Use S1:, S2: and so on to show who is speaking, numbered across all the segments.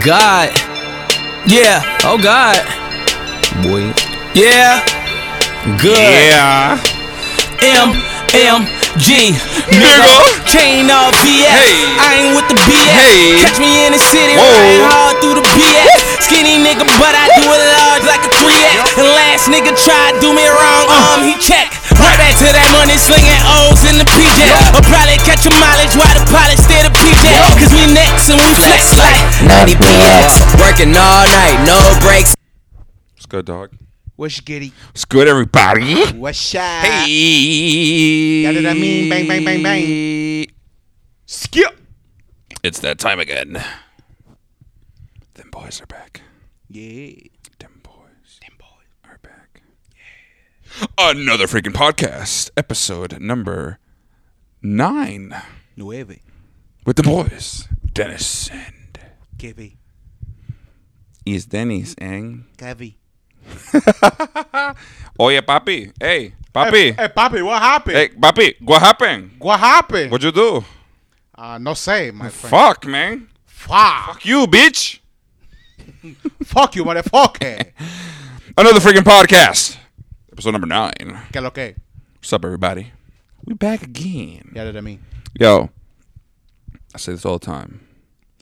S1: God. Yeah. Oh God.
S2: Boy.
S1: Yeah. Good.
S2: Yeah.
S1: M M G.
S2: Nigga.
S1: Chain off BS.
S2: Hey.
S1: I ain't with the BS.
S2: Hey.
S1: Catch me in the city
S2: Whoa.
S1: riding hard through the BS. Skinny nigga, but I do it large like a 3X. The last nigga tried do me wrong, um, he check. Right back to that money slinging O's in the PJ. I'll probably catch a mileage while the pilot stay the PJ. Cause we next and we flex like 90 BS. Working all night, no breaks.
S2: What's good, dog?
S3: What's giddy?
S2: What's good, everybody?
S3: What's shy?
S2: Hey.
S3: That is I mean, bang, bang, bang,
S2: bang.
S3: Skip.
S2: It's that time again. Them boys are back.
S3: Yeah.
S2: Them boys. Them boys are back. Another freaking podcast episode number nine
S3: Nueve.
S2: with the boys. Dennis and
S3: Kevy.
S2: is Dennis and
S3: Kevy.
S2: Oye, papi. Hey,
S4: Hey,
S2: papi.
S4: hey, papi, what happened?
S2: Hey, papi. What happened?
S4: What happened?
S2: What'd you do?
S4: Uh, no say, my friend.
S2: Fuck, man.
S4: Fuck.
S2: Fuck you, bitch.
S4: Fuck you, motherfucker.
S2: Another freaking podcast. Episode number nine.
S4: que lo que?
S2: What's up, everybody? We back again.
S4: Ya de mí.
S2: Yo, I say this all the time,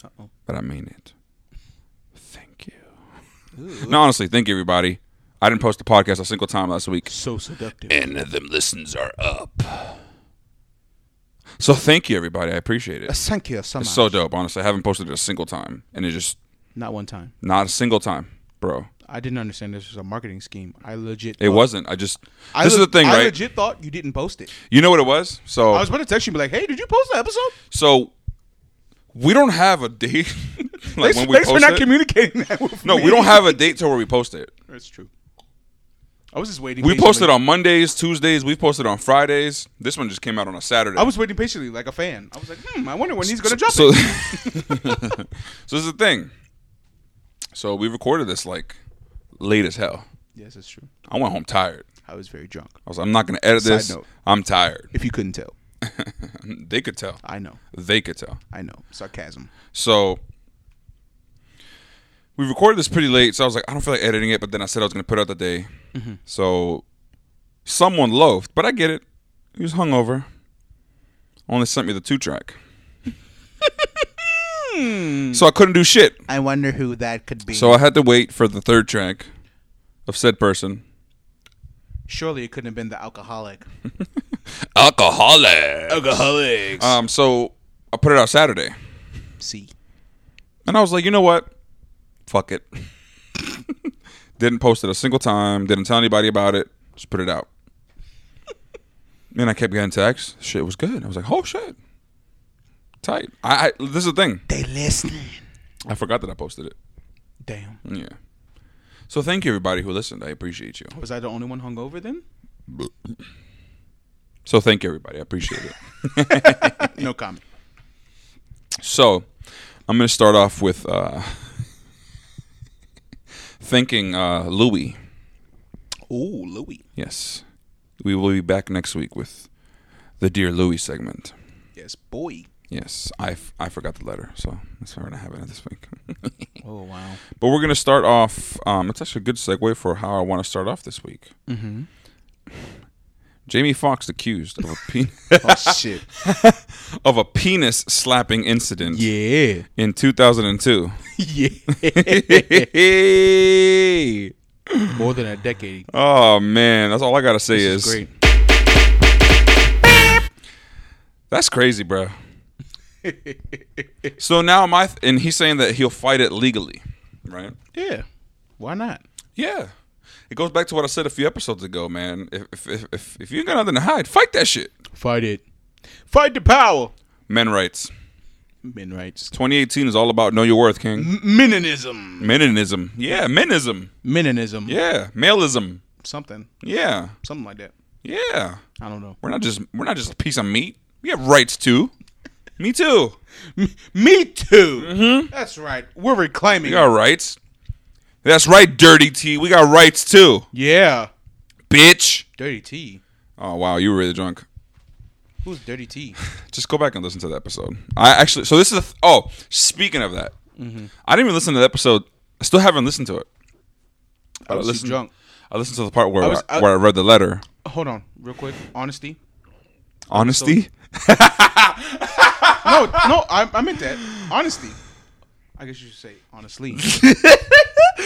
S3: Uh-oh.
S2: but I mean it. Thank you. No, honestly, thank you, everybody. I didn't post a podcast a single time last week,
S3: So seductive.
S2: and them listens are up. So thank you, everybody. I appreciate it.
S4: Uh, Thank you so much.
S2: It's so dope. Honestly, I haven't posted it a single time, and it's just
S3: Not one time.
S2: not a single time, bro.
S3: I didn't understand this was a marketing scheme. I legit.
S2: It
S3: thought-
S2: wasn't. I just.
S4: I
S2: this
S4: le-
S2: is the thing,
S4: I
S2: right? Oh.
S4: legit thought you didn't post it.
S2: you know what it was? So
S4: I was about to text you, and be like, "Hey, did you post the episode?"
S2: So we don't have a date. like
S4: thanks
S2: when we
S4: thanks for
S2: post
S4: not
S2: it.
S4: communicating that. With
S2: no,
S4: me.
S2: we don't have a date till where we post it.
S4: That's true. I was just waiting.
S2: We
S4: patiently.
S2: posted on Mondays, Tuesdays. We've posted on Fridays. This one just came out on a Saturday.
S4: I was waiting patiently, like a fan. I was like, "Hmm, I wonder when he's gonna drop
S2: so,
S4: it."
S2: so this is the thing. So we recorded this like late as hell.
S4: Yes, that's true.
S2: I went home tired.
S4: I was very drunk.
S2: I was like, I'm not gonna edit
S4: Side
S2: this.
S4: note.
S2: I'm tired.
S4: If you couldn't tell,
S2: They could tell.
S4: I know.
S2: They could tell.
S4: I know. Sarcasm.
S2: So we recorded this pretty late, so I was like, I don't feel like editing it. But then I said I was going to put it out the day, so someone loafed. But I get it; he was hungover. Only sent me the two track, so I couldn't do shit.
S3: I wonder who that could be.
S2: So I had to wait for the third track of said person.
S4: Surely it couldn't have been the alcoholic.
S2: Alcoholic.
S3: alcoholics.
S2: Um. So I put it out Saturday,
S3: See.
S2: and I was like, you know what? Fuck it. didn't post it a single time. Didn't tell anybody about it. Just put it out. and I kept getting texts. Shit was good. I was like, oh shit, tight. I, I this is the thing.
S3: They listening.
S2: I forgot that I posted it.
S4: Damn.
S2: Yeah. So thank you everybody who listened. I appreciate you.
S4: Was I the only one hungover then?
S2: So thank you everybody. I appreciate it.
S4: No comment.
S2: So I'm gonna start off with uh, thanking uh, Louis.
S4: Ooh, Louis.
S2: Yes. We will be back next week with the Dear Louis segment.
S4: Yes, boy.
S2: Yes, I, f- I forgot the letter, so that's why we're not having it this week.
S4: Oh wow.
S2: but we're going to start off. Um, it's actually a good segue for how I want to start off this week. Mm-hmm. Jamie Foxx accused of a, pe-
S4: Oh shit.
S2: of a penis slapping incident
S4: Yeah.
S2: in 2002.
S4: yeah.
S2: Hey!
S4: More than a decade.
S2: Oh, man. That's all I got to say is,
S4: Great.
S2: That's crazy, bro. so now my th- and he's saying that he'll fight it legally, right?
S4: Yeah. Why not?
S2: Yeah. It goes back to what I said a few episodes ago, man. If if if, if, if you ain't got nothing to hide, fight that shit.
S4: Fight it. Fight the power.
S2: Men rights.
S4: Men rights.
S2: 2018 is all about know your worth, King.
S4: Meninism.
S2: Meninism. Yeah, menism.
S4: Meninism.
S2: Yeah, maleism.
S4: Something.
S2: Yeah,
S4: Something like that.
S2: yeah.
S4: I don't know.
S2: We're not just we're not just a piece of meat. We have rights too. Me too.
S4: Me too. That's right. We're reclaiming.
S2: We got rights. That's right, Dirty T. We got rights too,
S4: Yeah.
S2: bitch.
S4: Dirty T.
S2: Oh wow, you were really drunk.
S4: Who's Dirty T?
S2: Just go back and listen to the episode. I actually so this is a th- oh speaking of that,
S4: Mm-hmm.
S2: I didn't even listen to the episode. I still haven't listened to it.
S4: I was too
S2: listened-
S4: drunk.
S2: I listened to the part where I,
S4: was- I-
S2: where I read the letter.
S4: Hold on, real quick. Honesty.
S2: Honesty.
S4: No, no, I, I meant that. Honesty. I guess you should say honestly.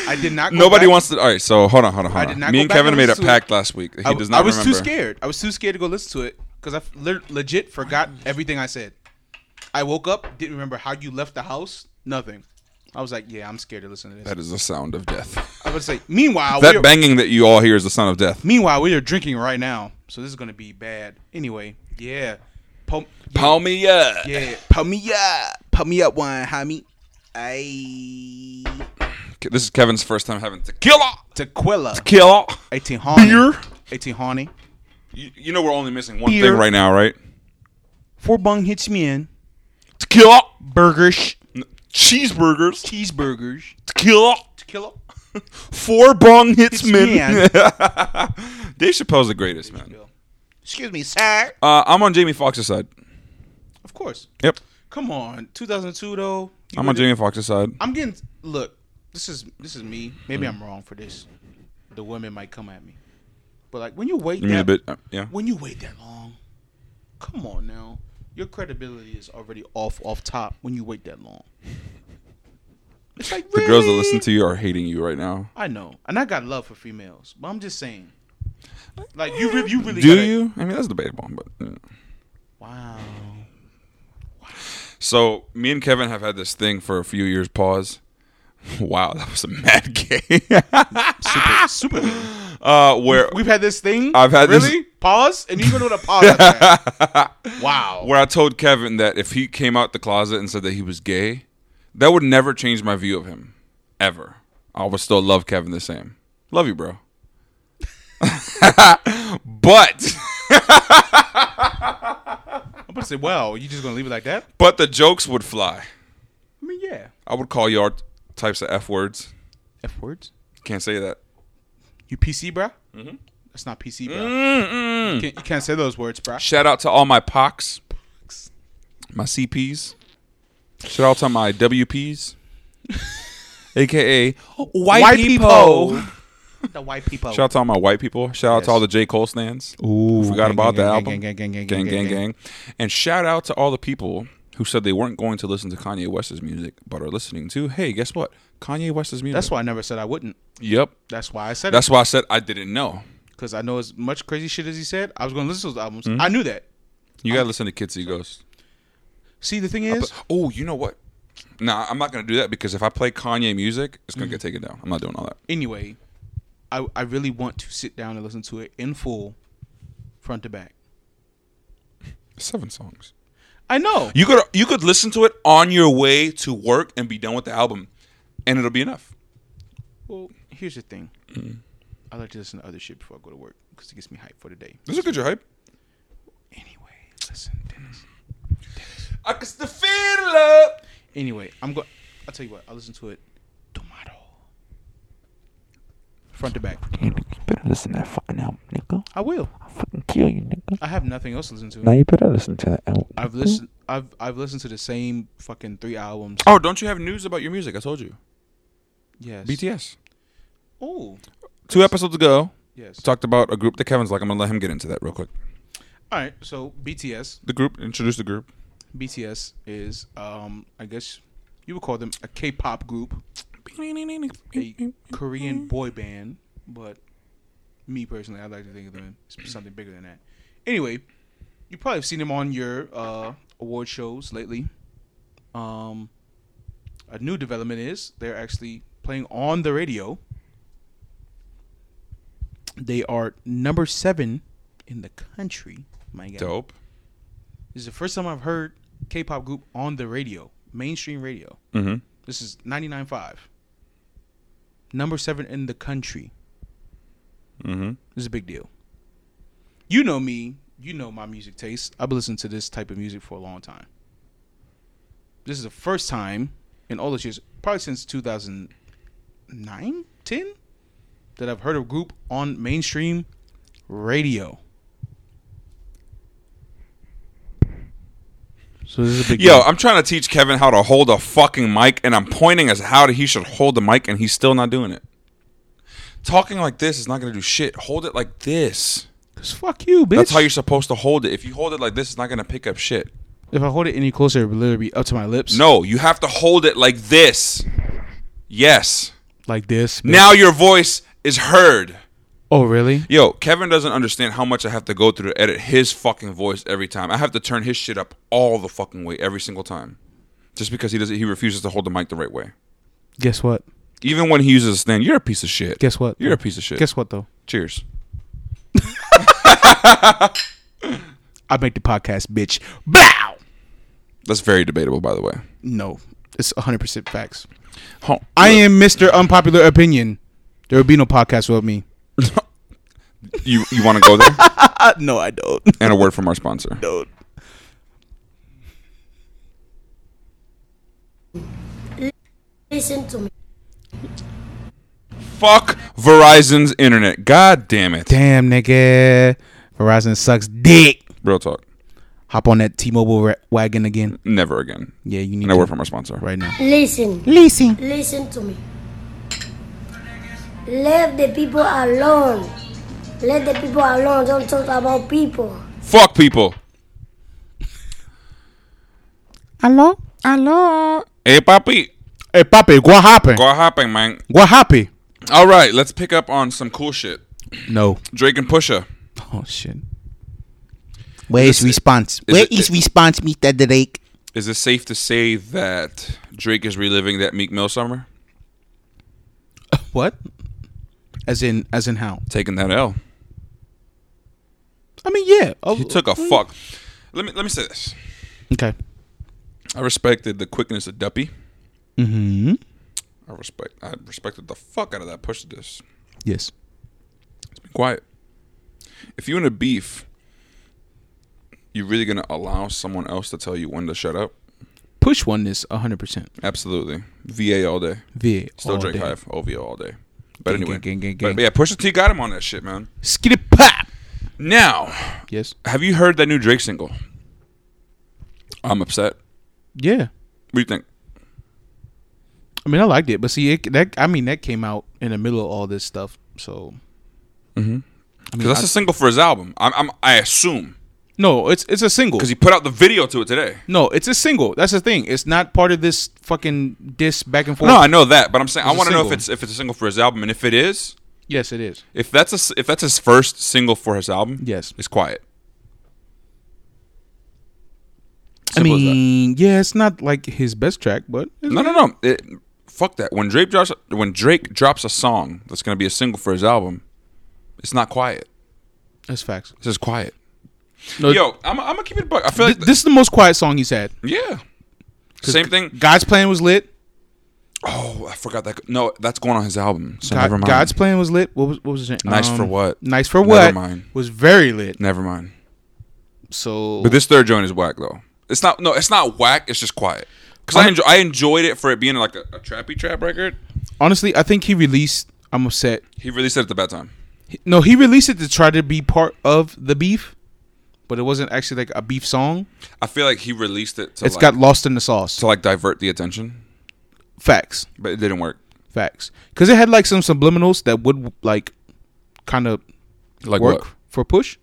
S4: I did not. Go
S2: Nobody
S4: back.
S2: wants to. All right, so hold on, hold on, hold
S4: I did
S2: on.
S4: not
S2: Me
S4: go
S2: and
S4: back
S2: Kevin
S4: and
S2: made a
S4: listen to
S2: pact last week. He
S4: I,
S2: does not
S4: I was
S2: remember.
S4: too scared. I was too scared to go listen to it because I f- le- legit forgot everything I said. I woke up, didn't remember how you left the house. Nothing. I was like, yeah, I'm scared to listen to this.
S2: That is the sound of death.
S4: I would say. Meanwhile, we
S2: That
S4: are,
S2: banging that you all hear is the sound of death.
S4: meanwhile we are drinking right now, so this is gonna be bad. Anyway, yeah. Pump.
S2: Call me uh, up.
S4: Yeah.
S3: Pump me up. Pump me up one, homie. Ay.
S2: This is Kevin's first time having tequila.
S4: Tequila.
S2: Tequila.
S4: 18 Honey. Beer. 18 Honey.
S2: You, you know we're only missing one
S4: Beer.
S2: thing right now, right?
S4: Four bung hits me in.
S2: Tequila.
S4: Burgers.
S2: Cheeseburgers.
S4: Cheeseburgers.
S2: Tequila.
S4: Tequila.
S2: Four bong hits men.
S4: man.
S2: Dave Chappelle's the greatest, man.
S3: Excuse me, sir.
S2: Uh, I'm on Jamie Foxx's side.
S4: Of course.
S2: Yep.
S4: Come on. 2002 though. You
S2: I'm on
S4: really-
S2: Jamie Foxx's side.
S4: I'm getting look. This is this is me.
S2: Mm.
S4: Maybe I'm wrong for this. The women might come at me, but like when you wait,
S2: You mean
S4: that,
S2: a bit? uh, yeah.
S4: when you wait that long, come on now, your credibility is already off off top when you wait that long. It's like
S2: The
S4: really?
S2: girls that listen to you are hating you right now.
S4: I know, and I got love for females, but I'm just saying, like you, re- you really
S2: Do
S4: gotta-
S2: you? I mean, that's debatable. But yeah.
S4: Wow.
S2: so me and Kevin have had this thing for a few years. Pause. Wow, that was a mad gay.
S4: Super, Ah, super.
S2: uh, where
S4: We've had this thing.
S2: I've had this-
S4: really pause, and you even with a pause. After that. Wow.
S2: where I told Kevin that if he came out the closet and said that he was gay, that would never change my view of him, ever. I would still love Kevin the same. Love you, bro. but
S4: I'm gonna say, well, you just gonna leave it like that?
S2: but the jokes would fly.
S4: I mean, yeah.
S2: I would call y'all types of f words.
S4: F words.
S2: Can't say that.
S4: You PC, bruh? Mm-hmm. That's not PC, bruh. You, can't, you can't say those words, bruh.
S2: Shout out to all my pocs, my CPs. Shout out to my WPs, aka white,
S4: The white people.
S2: Shout out to all my white people. Shout out to all the J Cole stands. Ooh, forgot
S4: gang,
S2: about
S4: gang,
S2: the
S4: gang,
S2: album.
S4: gang, gang, gang, gang,
S2: gang,
S4: gang,
S2: gang,
S4: gang.
S2: gang. And shout out to all the people who said they weren't going to listen to Kanye West's music, but are listening to. Hey, guess what? Kanye West's music.
S4: That's why I never said I wouldn't.
S2: Yep.
S4: That's why I said
S2: That's why I said I didn't know.
S4: Because I know as much crazy shit as he said, I was going to listen to those albums.
S2: Mm-hmm.
S4: I knew that.
S2: You gotta listen to Kids See Ghosts.
S4: See, the thing is,
S2: But- oh, you know what? Nah, I'm not gonna do that because if I play Kanye music, it's gonna get taken down. I'm not doing all that.
S4: anyway, I, I really want to sit down and listen to it in full, front to back.
S2: Seven songs.
S4: I know.
S2: You could you could listen to it on your way to work and be done with the album, and it'll be enough.
S4: Well, here's the thing. I like to listen to other shit before I go to work because it gets me hyped for the day.
S2: This is good, your hype.
S4: Anyway, listen, Dennis.
S2: I can still feel up.
S4: Anyway, I'm going. I'll tell you what. I'll listen to it tomorrow. Front to back.
S5: You better listen to that fucking album, nigga.
S4: I will.
S5: I'll fucking kill you, nigga.
S4: I have nothing else to listen
S5: Now
S4: to.
S5: you better listen to that album.
S4: I've listened. I've I've listened to the same fucking three albums.
S2: Oh, don't you have news about your music? I told you.
S4: Yes.
S2: BTS.
S4: Oh.
S2: Two episodes ago,
S4: Yes.
S2: talked about a group that Kevin's like. I'm gonna let him get into that real quick.
S4: All right. So BTS.
S2: The group introduce the group.
S4: BTS is um. I guess you would call them a K-pop group, a Korean boy band, but me personally, I like to think of them as something bigger than that. Anyway, you probably have seen them on your uh, award shows lately. Um, a new development is they're actually playing on the radio. They are number seven in the country. My God,
S2: Dope.
S4: this is the first time I've heard K-pop group on the radio, mainstream radio.
S2: Mm-hmm.
S4: This is 99.5. Number seven in the country.
S2: Mm-hmm.
S4: This is a big deal. You know me. You know my music taste. I've been listening to this type of music for a long time. This is the first time in all those years, probably since 2009, 10, that I've heard a group on mainstream radio. So this is a big
S2: Yo, I'm trying to teach Kevin how to hold a fucking mic, and I'm pointing as how he should hold the mic, and he's still not doing it. Talking like this is not gonna do shit. Hold it like this.
S4: Cause fuck you, bitch.
S2: That's how you're supposed to hold it. If you hold it like this, it's not gonna pick up shit.
S4: If I hold it any closer, it would literally be up to my lips.
S2: No, you have to hold it like this. Yes.
S4: like this. bitch.
S2: Now your voice is heard.
S4: Oh, really?
S2: Yo, Kevin doesn't understand how much I have to go through to edit his fucking voice every time. I have to turn his shit up all the fucking way every single time. Just because he doesn't he refuses to hold the mic the right way.
S4: Guess what?
S2: Even when he uses a stand, you're a piece of shit.
S4: Guess what?
S2: You're a piece of shit.
S4: Guess what though?
S2: Cheers.
S4: I make the podcast, bitch. Blow.
S2: That's very debatable, by the way.
S4: No, it's 100 percent facts.
S2: Huh.
S4: I am Mr. Unpopular Opinion. There would be no podcast without me.
S2: You you want to go there?
S3: Uh, no, I don't.
S2: and a word from our sponsor.
S3: don't.
S6: Listen to me.
S2: Fuck Verizon's internet. God damn it.
S4: Damn, nigga. Verizon sucks dick.
S2: Real talk.
S4: Hop on that T-Mobile ra- wagon again.
S2: Never again.
S4: Yeah, you need
S2: And a word
S4: to
S2: from our sponsor.
S4: right now.
S6: Listen.
S4: Leasing.
S6: Listen to me. Leave the people alone. Let the people alone. Don't talk about people.
S2: Fuck people.
S4: Hello. Hello.
S2: Hey, papi.
S4: Hey, papi, what happened?
S2: Go hopping, man.
S4: What happened?
S2: All right, let's pick up on some cool shit.
S4: No.
S2: Drake and Pusha.
S4: Oh shit.
S3: Where is response? Where
S2: it-
S3: is response, Mr. Drake?
S2: Is it safe to say that Drake is reliving that Meek Mill summer?
S4: What? As in, as in how?
S2: Taking that L.
S4: I mean, yeah. Oh,
S2: He took a fuck. Let me let me say this.
S4: Okay.
S2: I respected the quickness of Duppy.
S4: Mm-hmm.
S2: I respect I respected the fuck out of that Pusha diss.
S4: Yes.
S2: Be quiet. If you in a beef, you really gonna allow someone else to tell you when to shut up?
S4: Push won this 100. percent
S2: Absolutely. VA all day.
S4: VA.
S2: Still
S4: all
S2: Drake
S4: day.
S2: Hive, OVO all day. But
S4: Gang,
S2: anyway,
S4: gang, gang, gang,
S2: But,
S4: gang.
S2: yeah, Pusha T got him on that shit, man.
S4: Skitty pop.
S2: Now,
S4: Yes.
S2: have you heard that new Drake single? I'm upset.
S4: Yeah.
S2: What do you think?
S4: I mean, I liked it, but see, it, that I mean, that came out in the middle of all this stuff. So, I mean,
S2: Because that's
S4: I-
S2: a single for his album. I'm, I'm I assume
S4: no, it's it's a single.
S2: because he put out the video to it today.
S4: No, it's a single. That's the thing. It's not part of this fucking diss back and forth.
S2: No, I know that, but I'm saying I
S4: It's a
S2: want to know if
S4: single.
S2: it's if it's a single for his album, and if it is,
S4: yes, it is.
S2: if that's a s if that's his first single for his album,
S4: Yes.
S2: it's quiet.
S4: I
S2: Simple as that.
S4: mean, yeah, it's not like his best track, but it's
S2: No, no, no. It, fuck that. When Drake drops when Drake drops a song that's gonna be a single for his album, it's not quiet.
S4: that's facts.
S2: It's just quiet.
S4: No,
S2: Yo, I'm, I'm gonna keep it. a Buck. I feel
S4: th-
S2: like
S4: this is the most quiet song he's had.
S2: yeah. Same thing.
S4: God's plan was lit.
S2: Oh, I forgot that. No, that's going on his album. So
S4: God-
S2: never mind.
S4: God's plan was lit. What was what was it?
S2: Nice for what?
S4: Nice for
S2: Never
S4: what?
S2: mind.
S4: Was very lit.
S2: never mind.
S4: So
S2: But this third joint is whack though. It's not. No, it's not whack. It's just quiet. Because I, enjoy, I enjoyed it for it being like a, a trappy trap record.
S4: honestly, I think he released. I'm upset.
S2: He really said it at the bad time.
S4: He- No, he released it to try to be part of the beef, but it wasn't actually like a beef song.
S2: I feel like he released it to
S4: It's
S2: like,
S4: got lost in the sauce.
S2: to like divert the attention,
S4: Facts.
S2: but it didn't work.
S4: Facts. Because it had like some subliminals that would like kind of
S2: Like
S4: work
S2: what?
S4: for push.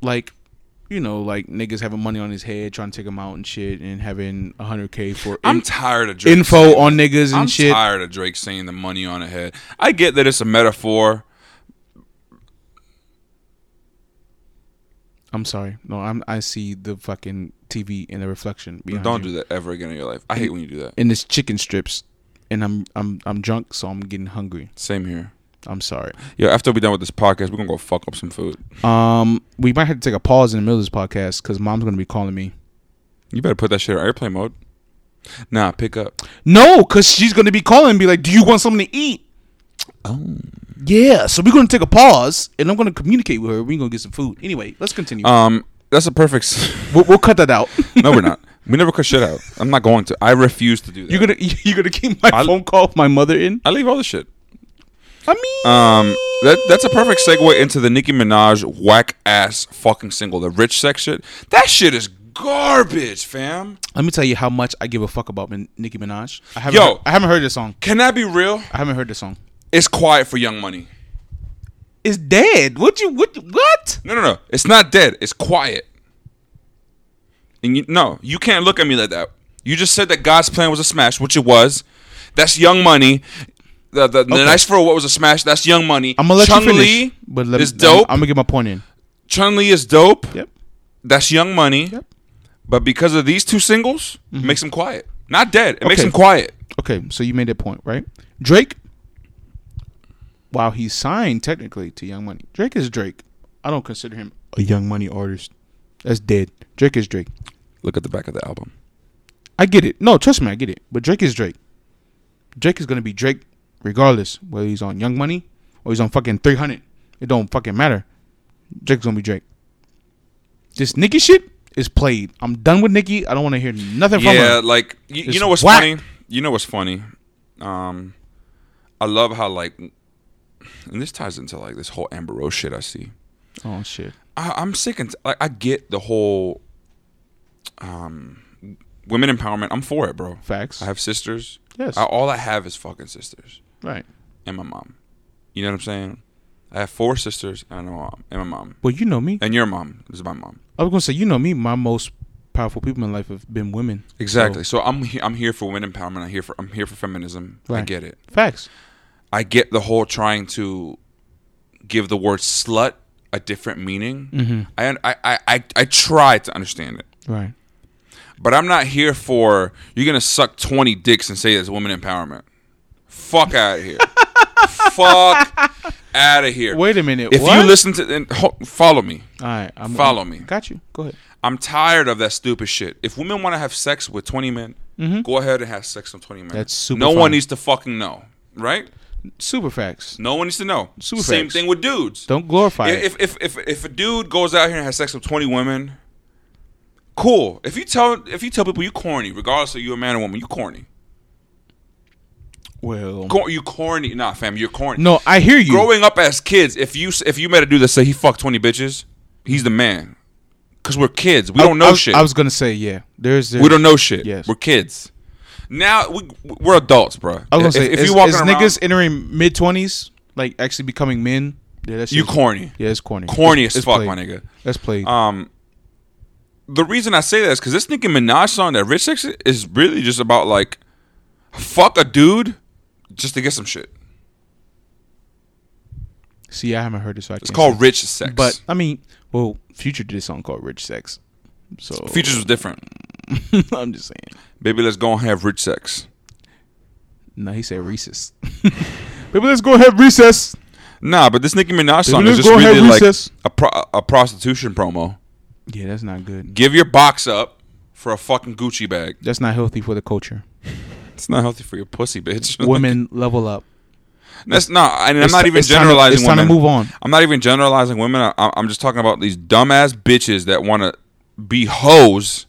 S4: Like, you know, like niggas having money on his head, trying to take him out and shit, and having 100K for
S2: I'm
S4: in-
S2: tired of Drake
S4: info
S2: saying
S4: on
S2: that.
S4: niggas and
S2: I'm
S4: shit.
S2: tired of Drake saying the money on a head. I get that it's a metaphor.
S4: I'm sorry. No, I'm, I see the fucking TV in the reflection. Behind
S2: Don't
S4: you.
S2: do that ever again in your life. I hate when you do that.
S4: And it's chicken strips, and I'm, I'm, I'm drunk, so I'm getting hungry.
S2: Same here.
S4: I'm sorry.
S2: Yo, after we're done with this podcast, we're gonna go fuck up some food.
S4: Um, we might have to take a pause in the middle of this podcast because mom's gonna be calling me.
S2: You better put that shit on airplane mode. Nah, pick up.
S4: No, because she's gonna be calling and be like, "Do you want something to eat?" Oh. Yeah. So we're gonna take a pause, and I'm gonna communicate with her. We're gonna get some food. Anyway, let's continue.
S2: Um, that's a perfect. s-
S4: we'll, we'll cut that out.
S2: no, we're not. We never cut shit out. I'm not going to. I refuse to do that.
S4: you're gonna you're gonna keep my
S2: I'll-
S4: phone call with my mother in. Uh,
S2: I leave all the shit.
S4: I mean,
S2: Um, that that's a perfect segue into the Nicki Minaj whack ass fucking single, the Rich Sex shit. That shit is garbage, fam.
S4: Let me tell you how much I give a fuck about Min- Nicki Minaj. I haven't
S2: Yo.
S4: heard, I haven't heard this song.
S2: Can I be real?
S4: I haven't heard this song.
S2: It's quiet for Young Money.
S4: It's dead. What you what what?
S2: No, no, no. It's not dead. It's quiet. And you, no, you can't look at me like that. You just said that God's plan was a smash, which it was. That's Young Money. The the, the nice for what was a smash. That's Young Money.
S4: I'm gonna let
S2: Chun
S4: you finish.
S2: Li
S4: but let
S2: is
S4: me,
S2: dope.
S4: I'm, gonna get my point in.
S2: Chun Li is dope.
S4: Yep.
S2: That's Young Money.
S4: Yep. Mm-hmm.
S2: But because of these two singles, it makes him quiet. Not dead. It makes
S4: Okay.
S2: him quiet.
S4: Okay, so you made that point, right? Drake. While he's signed technically to Young Money, Drake is Drake. I don't consider him a Young Money artist. That's dead. Drake is Drake.
S2: Look at the back of the album.
S4: I get it. No, trust me, I get it. But Drake is Drake. Drake is gonna be Drake, regardless whether he's on Young Money or he's on fucking three hundred. It don't fucking matter. Drake's gonna be Drake. This Nicki shit is played. I'm done with Nicki. I don't want to hear nothing from
S2: yeah,
S4: her.
S2: like you,
S4: It's
S2: you know what's
S4: whack.
S2: funny? You know what's funny? Um, I love how like, and this ties into like this whole Amber Rose shit I see.
S4: Oh shit.
S2: I, I'm sick and t- like I get the whole, um, women empowerment. I'm for it, bro.
S4: Facts.
S2: I have sisters.
S4: Yes.
S2: I, all I have is fucking sisters
S4: right.
S2: and my mom. You know what I'm saying? I have four sisters and a mom and my mom
S4: Well, you know me.
S2: and your mom is my mom.
S4: I was gonna say, you know me. My most powerful people in life have been women.
S2: Exactly. So, I'm he- I'm here for women empowerment. I'm here for I'm here for feminism. I
S4: Right.
S2: get it.
S4: Facts.
S2: I get the whole trying to give the word slut a different meaning.
S4: Mm-hmm.
S2: I, I, I, I, I try to understand it.
S4: Right.
S2: But I'm not here for you're going to suck 20 dicks and say it's women empowerment. Fuck out of here. Fuck out of here.
S4: Wait a minute.
S2: If
S4: what?
S2: you listen to then ho- follow me.
S4: All right. I'm,
S2: follow me.
S4: Got you. Go ahead.
S2: I'm tired of that stupid shit. If women want to have sex with 20 men, go ahead and have sex with 20 men.
S4: Mm-hmm. That's super
S2: No one
S4: fine.
S2: needs to fucking know, right?
S4: Super facts.
S2: No one needs to know.
S4: Super
S2: Same
S4: facts.
S2: thing with dudes.
S4: Don't glorify it.
S2: if, if if if a dude goes out here and has sex with twenty women, cool. If you tell if you tell people you corny, regardless of you a man or woman, you corny.
S4: Well,
S2: Cor- you corny, nah, fam. You're corny.
S4: no, I hear you.
S2: Growing up as kids, if you if you met a dude that said he fucked twenty bitches, he's the man. Cause we're kids. We don't know
S4: I was,
S2: shit.
S4: I was gonna say yeah. There's, there's
S2: we don't know shit.
S4: Yes.
S2: We're kids. Now we we're adults, bro.
S4: I was gonna
S2: if,
S4: say
S2: if
S4: is,
S2: you walking
S4: is
S2: around,
S4: niggas entering mid twenties, like actually becoming men. Yeah, that's
S2: you corny,
S4: Yeah, it's corny.
S2: corny
S4: It's-
S2: as
S4: it's
S2: fuck,
S4: played.
S2: my nigga.
S4: That's played.
S2: Um, the reason I say that is because this Nicki Minaj song that Rich Six is really just about like, fuck a dude, just to get some shit.
S4: See, I haven't heard it, so I
S2: It's
S4: can't
S2: called
S4: say.
S2: Rich Sex,
S4: But I mean, well, Future did a song called "Rich Sex," so
S2: features was different.
S4: I'm just saying.
S2: Baby, let's go and have rich sex.
S4: No, he said recess. Baby, let's go have recess.
S2: Nah, but this Nicki Minaj song is
S4: let's
S2: just
S4: go have
S2: really like
S4: recess.
S2: a pro- a prostitution promo.
S4: Yeah, that's not good.
S2: Give your box up for a fucking Gucci bag.
S4: That's not healthy for the culture.
S2: It's not healthy for your pussy, bitch.
S4: Women level up.
S2: That's not. And I'm
S4: It's
S2: not
S4: ti-
S2: even
S4: it's time to-
S2: generalizing.
S4: it's time to
S2: women.
S4: move on.
S2: I'm not even generalizing women. I, I- I'm just talking about these dumbass bitches that want to be hoes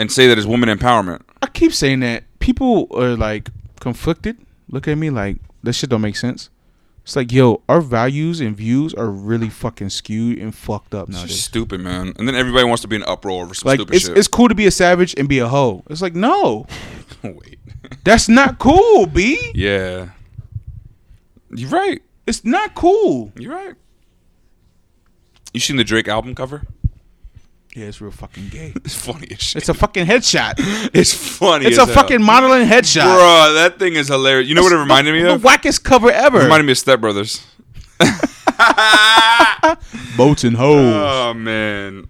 S2: and say that it's women empowerment.
S4: I keep saying that people are like conflicted. Look at me like this shit don't make sense. It's like, yo, our values and views are really fucking skewed and fucked up
S2: It's just
S4: nowadays.
S2: stupid, man. And then everybody wants to be an uproar over some
S4: Like,
S2: stupid
S4: it's
S2: shit.
S4: it's cool to be a savage and be a hoe. It's like, no,
S2: Wait.
S4: that's not cool, B.
S2: yeah. You're right.
S4: It's not cool.
S2: You're right. You seen the Drake album cover?
S4: Yeah, it's real fucking gay.
S2: It's funny as shit.
S4: It's a fucking headshot.
S2: It's funny.
S4: It's
S2: as
S4: a
S2: hell.
S4: fucking modeling headshot.
S2: Bruh, that thing is hilarious. You know what it reminded me
S4: the
S2: of? It
S4: wackest cover ever.
S2: reminded me of Step Brothers.
S4: Boats and hoes.
S2: Oh man.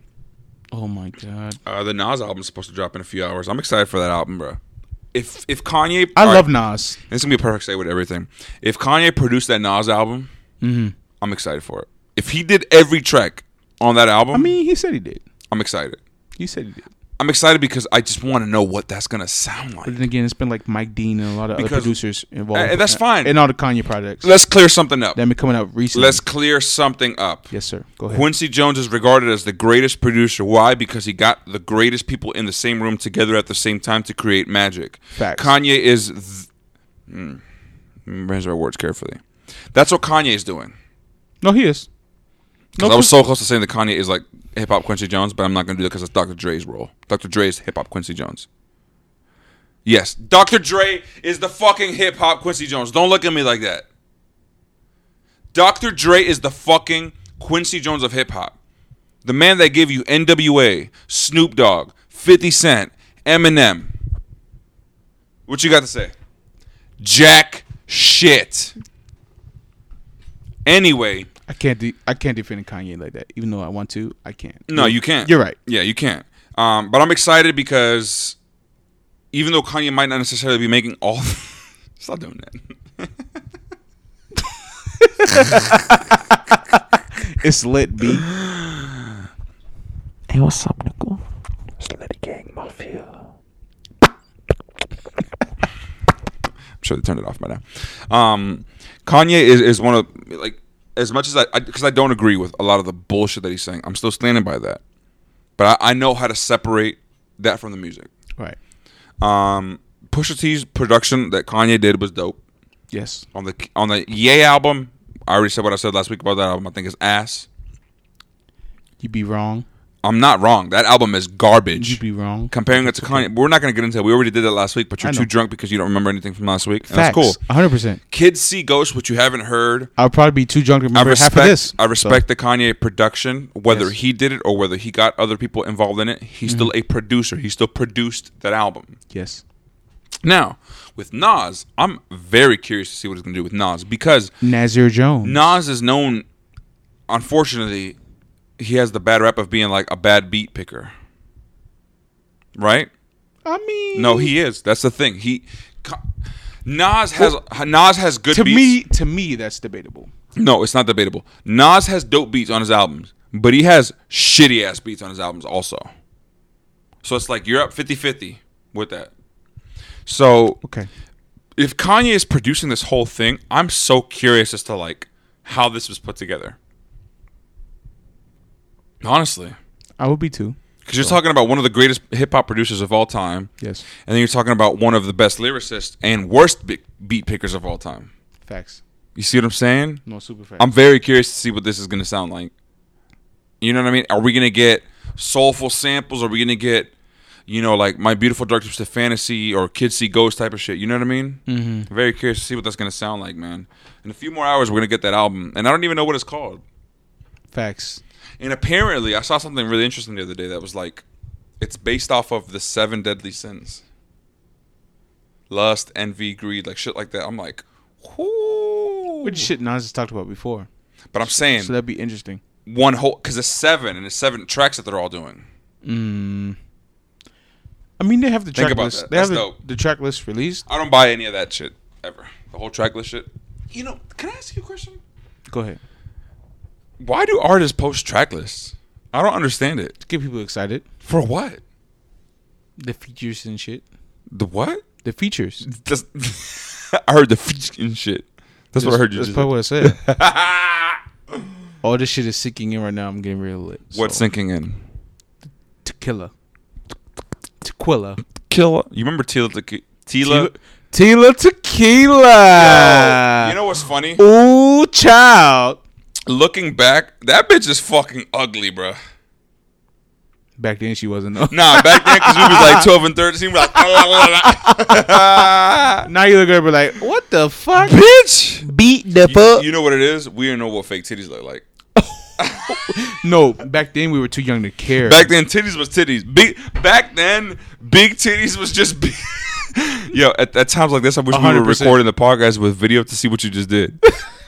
S4: oh my god.
S2: Uh, the Nas album's supposed to drop in a few hours. I'm excited for that album, bro. If if Kanye,
S4: I
S2: all
S4: love
S2: right,
S4: Nas.
S2: This is gonna be a perfect segue to everything. If Kanye produced that Nas album,
S4: Mm-hmm.
S2: I'm excited for it. If he did every track on that album,
S4: I mean, he said he did.
S2: I'm excited.
S4: He said he did.
S2: I'm excited because I just want to know what that's gonna sound
S4: But
S2: like.
S4: then again, it's been like Mike Dean and a lot of
S2: Because-
S4: other producers involved.
S2: and that's fine.
S4: And all the Kanye projects that
S2: Let's clear something up.
S4: have been coming out recently.
S2: Let's clear something up.
S4: yes, sir. Go ahead.
S2: Quincy Jones is regarded as the greatest producer. Why? Because he got the greatest people in the same room together at the same time to create magic.
S4: Facts.
S2: Kanye is. Th- Mm. Remember our words carefully. That's what Kanye is doing.
S4: no, he is.
S2: 'Cause
S4: No,
S2: I was so close to saying that Kanye is like hip hop Quincy Jones, but I'm not gonna do that because it's Dr. Dre's role. Dr. Dre's hip hop Quincy Jones. Yes, Dr. Dre is the fucking hip hop Quincy Jones. Don't look at me like that. Dr. Dre is the fucking Quincy Jones of hip hop. The man that gave you NWA, Snoop Dogg, 50 Cent, Eminem. What you got to say? Jack shit. Anyway,
S4: I can't. De- I can't defend Kanye like that, even though I want to. I can't.
S2: no, you can't.
S4: You're right.
S2: Yeah, you can't. Um, but I'm excited because even though Kanye might not necessarily be making all, stop doing that.
S4: It's lit, B.
S5: Hey, what's up, nigga? It's Lady Gang Mafia.
S2: I'm sure they turned it off by now. Um, Kanye is, is one of like as much as I because I, don't agree with a lot of the bullshit that he's saying. I'm still standing by that, but I, I know how to separate that from the music.
S4: Right.
S2: Um, Pusha T's production that Kanye did was dope
S4: Yes.
S2: on the on the Ye album. I already said what I said last week about that album. I think it's ass.
S4: You be wrong.
S2: I'm not wrong. That album is garbage.
S4: You be wrong.
S2: Comparing it to Kanye, we're not going to get into it. We already did that last week, but
S4: I
S2: you're
S4: know.
S2: too drunk because you don't remember anything from last week. And
S4: Facts.
S2: that's cool.
S4: 100. percent
S2: Kids see ghosts, which you haven't heard.
S4: I'll probably be too drunk to
S2: I
S4: remember
S2: respect.
S4: half of this.
S2: I respect
S4: So,
S2: the Kanye production, whether
S4: Yes. Mm-hmm.
S2: he did it or whether he got other people involved in it. He's still a producer. He still produced that album.
S4: yes.
S2: Now, with Nas, I'm very curious to see what he's going to do with Nas because
S4: Nazir Jones.
S2: Nas is known. Unfortunately, he has the bad rap of being like a bad beat picker. Right?
S4: I mean,
S2: No, he is. That's the thing. He Ka- Nas has Nas has good
S4: to
S2: beats.
S4: me, to me, that's debatable.
S2: No, it's not debatable. Nas has dope beats on his albums, but he has shitty ass beats on his albums also. So it's like you're up 50-50 with that. So
S4: Okay.
S2: if Kanye is producing this whole thing, I'm so curious as to like how this was put together. Honestly,
S4: I would be too.
S2: because you're talking about one of the greatest hip hop producers of all time,
S4: Yes.
S2: and then you're talking about one of the best lyricists and worst bi- beat pickers of all time.
S4: Facts.
S2: You see what I'm saying?
S4: No super facts.
S2: I'm very curious to see what this is going to sound like. You know what I mean? Are we going to get soulful samples? Are we going to get, you know, like My Beautiful Dark Twisted Fantasy or Kids See Ghosts type of shit? You know what I mean? Mm-hmm. Very curious to see what that's going to sound like, man. In a few more hours, we're going to get that album. And I don't even know what it's called.
S4: Facts.
S2: And apparently, I saw something really interesting the other day that was like, it's based off of the seven deadly sins lust, envy, greed, like shit like that. I'm like, whoo.
S4: Which shit Nas has talked about before.
S2: But I'm saying,
S4: So that'd be interesting.
S2: one whole because it's seven and it's seven tracks that they're all doing.
S4: I mean, they have the
S2: Think
S4: track
S2: about
S4: list.
S2: that.
S4: They
S2: That's
S4: have the,
S2: dope.
S4: the track list released.
S2: I don't buy any of that shit ever. The whole track list shit. You know, can I ask you a question?
S4: Go ahead.
S2: Why do artists post track lists? I don't understand it.
S4: Get people excited.
S2: For what?
S4: The features and shit.
S2: The what?
S4: The features.
S2: That's, I heard the f- and shit. That's what I heard you
S4: That's
S2: just.
S4: probably what I said. All this shit is sinking in right now. I'm getting real lit.
S2: What's
S4: so,
S2: sinking in?
S4: tequila? Tequila.
S2: Kill. You remember Tila the Ki- Tila?
S4: Tila Ah.
S2: Oh,
S4: tequila.
S2: you know what's funny?
S4: Ooh, child.
S2: Looking back, that bitch is fucking ugly, bruh.
S4: Back then she wasn't. though.
S2: Nah, back then because we was like twelve and thirteen, we were like,
S4: now you look at her like, what the fuck?
S2: bitch.
S4: Beat the
S2: You, you know what it is? We don't know what fake titties look like.
S4: No, back then we were too young to care.
S2: Back then, titties was titties. Big back then, big titties was just big. Yo, at, at times like this, I wish we were
S4: 100%.
S2: recording the podcast with video to see what you just did.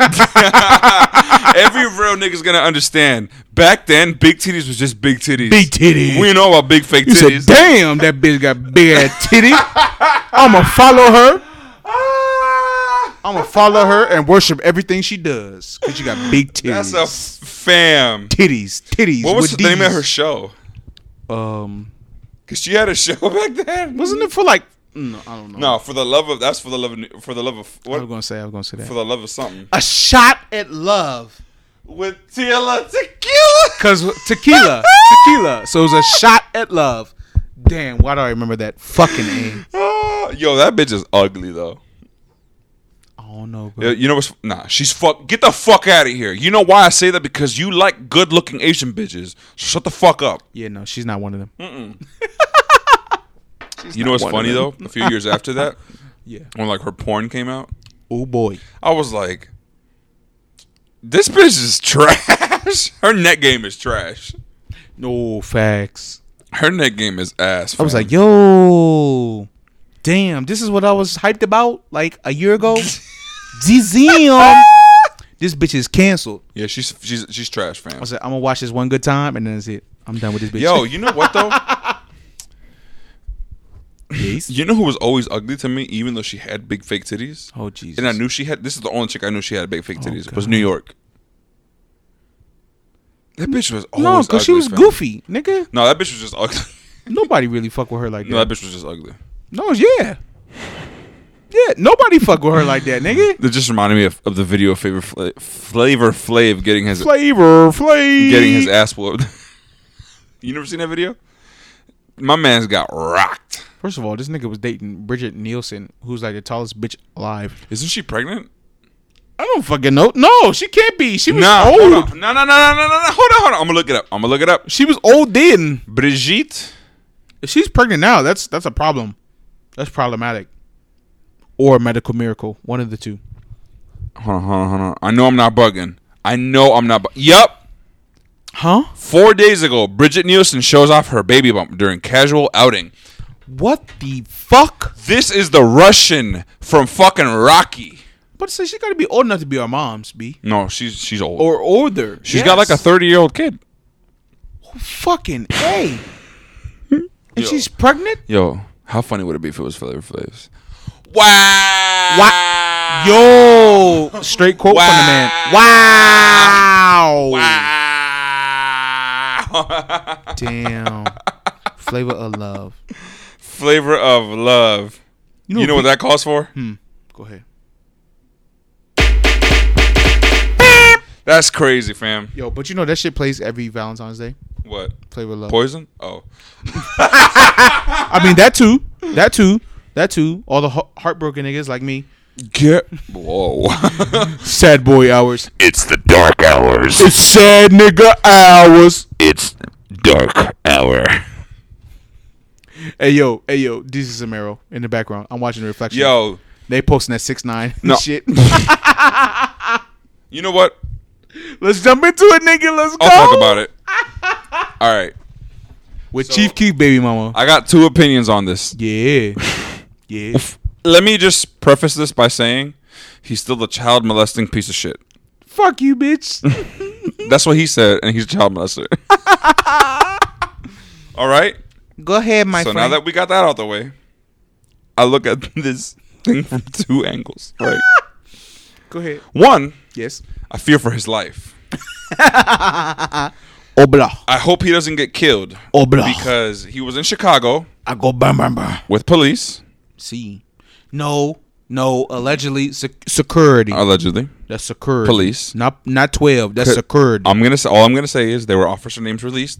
S2: Every real nigga's gonna understand. Back then, big titties was just big titties.
S4: Big titties.
S2: We know about big fake
S4: you
S2: titties.
S4: said, damn, that bitch got big ass titty. I'ma follow her. I'ma follow her and worship everything she does because she got big titties.
S2: That's a fam.
S4: titties, titties.
S2: What was the
S4: with
S2: name of her
S4: these.
S2: show?
S4: Um,
S2: Cause she had a show back then.
S4: wasn't it for like? No, I don't know.
S2: No, for the love of that's for the love of for the love of
S4: I
S2: what
S4: was gonna say. I was gonna say that.
S2: for the love of something.
S4: a shot at love.
S2: with Tila Tequila.
S4: Cause tequila, tequila. So it was a shot at love. Damn, why do I remember that fucking name?
S2: Ah, yo, that bitch is ugly though.
S4: I don't don't know,
S2: Uh,
S4: bro.
S2: You know what's nah? She's fuck. Get the fuck out of here. You know why I say that? Because you like good-looking Asian bitches. Shut the fuck up.
S4: Yeah, no, she's not one of them.
S2: Mm. you know what's funny though? A few years after that,
S4: Yeah.
S2: when like her porn came out,
S4: Oh boy.
S2: I was like, this bitch is trash. her net game is trash.
S4: No facts.
S2: Her net game is ass.
S4: I was like, yo, damn, this is what I was hyped about like a year ago. Dizzy, this bitch is canceled.
S2: yeah, she's she's she's trash, fam.
S4: I said, I'm gonna watch this one good time, and then that's it. I'm done with this bitch.
S2: Yo, you know what though?
S4: Yes.
S2: you know who was always ugly to me, even though she had big fake titties.
S4: oh Jesus. Oh,
S2: And I knew she had. This is the only chick I knew she had big fake titties. was
S4: God.
S2: New York. That bitch was always
S4: no, because she
S2: ugly,
S4: was
S2: fam.
S4: goofy, nigga.
S2: No, that bitch was just ugly.
S4: Nobody really fuck with her like
S2: No,
S4: that.
S2: that bitch was just ugly.
S4: No, yeah, yeah. Nobody fuck with her like that, nigga.
S2: It just reminded me of, of the video of Flavor Flav, Flavor Flav getting his
S4: Flavor, flay.
S2: getting his ass whooped. you never seen that video? My man's got rocked.
S4: First of all, this nigga was dating Bridget Nielsen, who's like the tallest bitch alive.
S2: Isn't she pregnant?
S4: I don't fucking know. No, she can't be. She was
S2: Nah, hold
S4: old.
S2: on. No, no, no, no, no, no, no. Hold on, hold on. I'm gonna look it up. I'm gonna look it up.
S4: She was old then.
S2: Brigitte.
S4: If she's pregnant now, that's that's a problem. That's problematic. Or a medical miracle, one of the two.
S2: Hold on, hold on, hold on. I know I'm not bugging. I know I'm not. Bu- yep.
S4: Huh?
S2: Four days ago, Bridget Nielsen shows off her baby bump during casual outing.
S4: What the fuck?
S2: This is the Russian from fucking Rocky.
S4: But say she gotta be old enough to be our moms, B.
S2: No, she's she's old.
S4: Or older.
S2: She's got like a thirty year old kid.
S4: fucking A. And
S2: Yo.
S4: she's pregnant?
S2: Yo, how funny would it be if it was Flavor Flav's? Wow.
S4: Wha- Yo straight quote from the man. Wow.
S2: Wow.
S4: Damn. Flavor of love.
S2: Flavor of love. You know, what Hmm. that calls for?
S4: Go ahead.
S2: That's crazy, fam.
S4: Yo, but you know that shit plays every Valentine's Day.
S2: What?
S4: Flavor of love.
S2: Poison? Oh.
S4: I mean that too. That too. That too. All the hea- heartbroken niggas like me.
S2: Get. Whoa.
S4: Sad boy hours.
S5: It's the dark hours.
S4: It's sad nigga hours.
S5: It's dark hour.
S4: Hey yo, hey yo, this is Amaro in the background. I'm watching the reflection.
S2: Yo,
S4: they posting that six nine
S2: No.
S4: shit.
S2: you know what?
S4: Let's jump into it, nigga. Let's go.
S2: I'll talk about it. All right.
S4: with Chief Keef, baby mama.
S2: I got two opinions on this.
S4: yeah, yeah.
S2: Let me just preface this by saying he's still a child molesting piece of shit.
S4: Fuck you, bitch.
S2: That's what he said, and he's a child molester. All right.
S4: go ahead, my
S2: so now
S4: friend.
S2: that we got that out the way, I look at this thing from two angles. Right.
S4: go ahead.
S2: One,
S4: Yes.
S2: I fear for his life.
S4: Obla,
S2: I hope he doesn't get killed
S4: obla.
S2: because he was in Chicago
S4: I go bam bam bam.
S2: with police,
S4: See, no, no. Allegedly, sec- security.
S2: allegedly.
S4: That's security.
S2: Uh, Police. um,
S4: Not not twelve. That's
S2: Could-
S4: security.
S2: I'm gonna say all I'm gonna say is there were officer names released.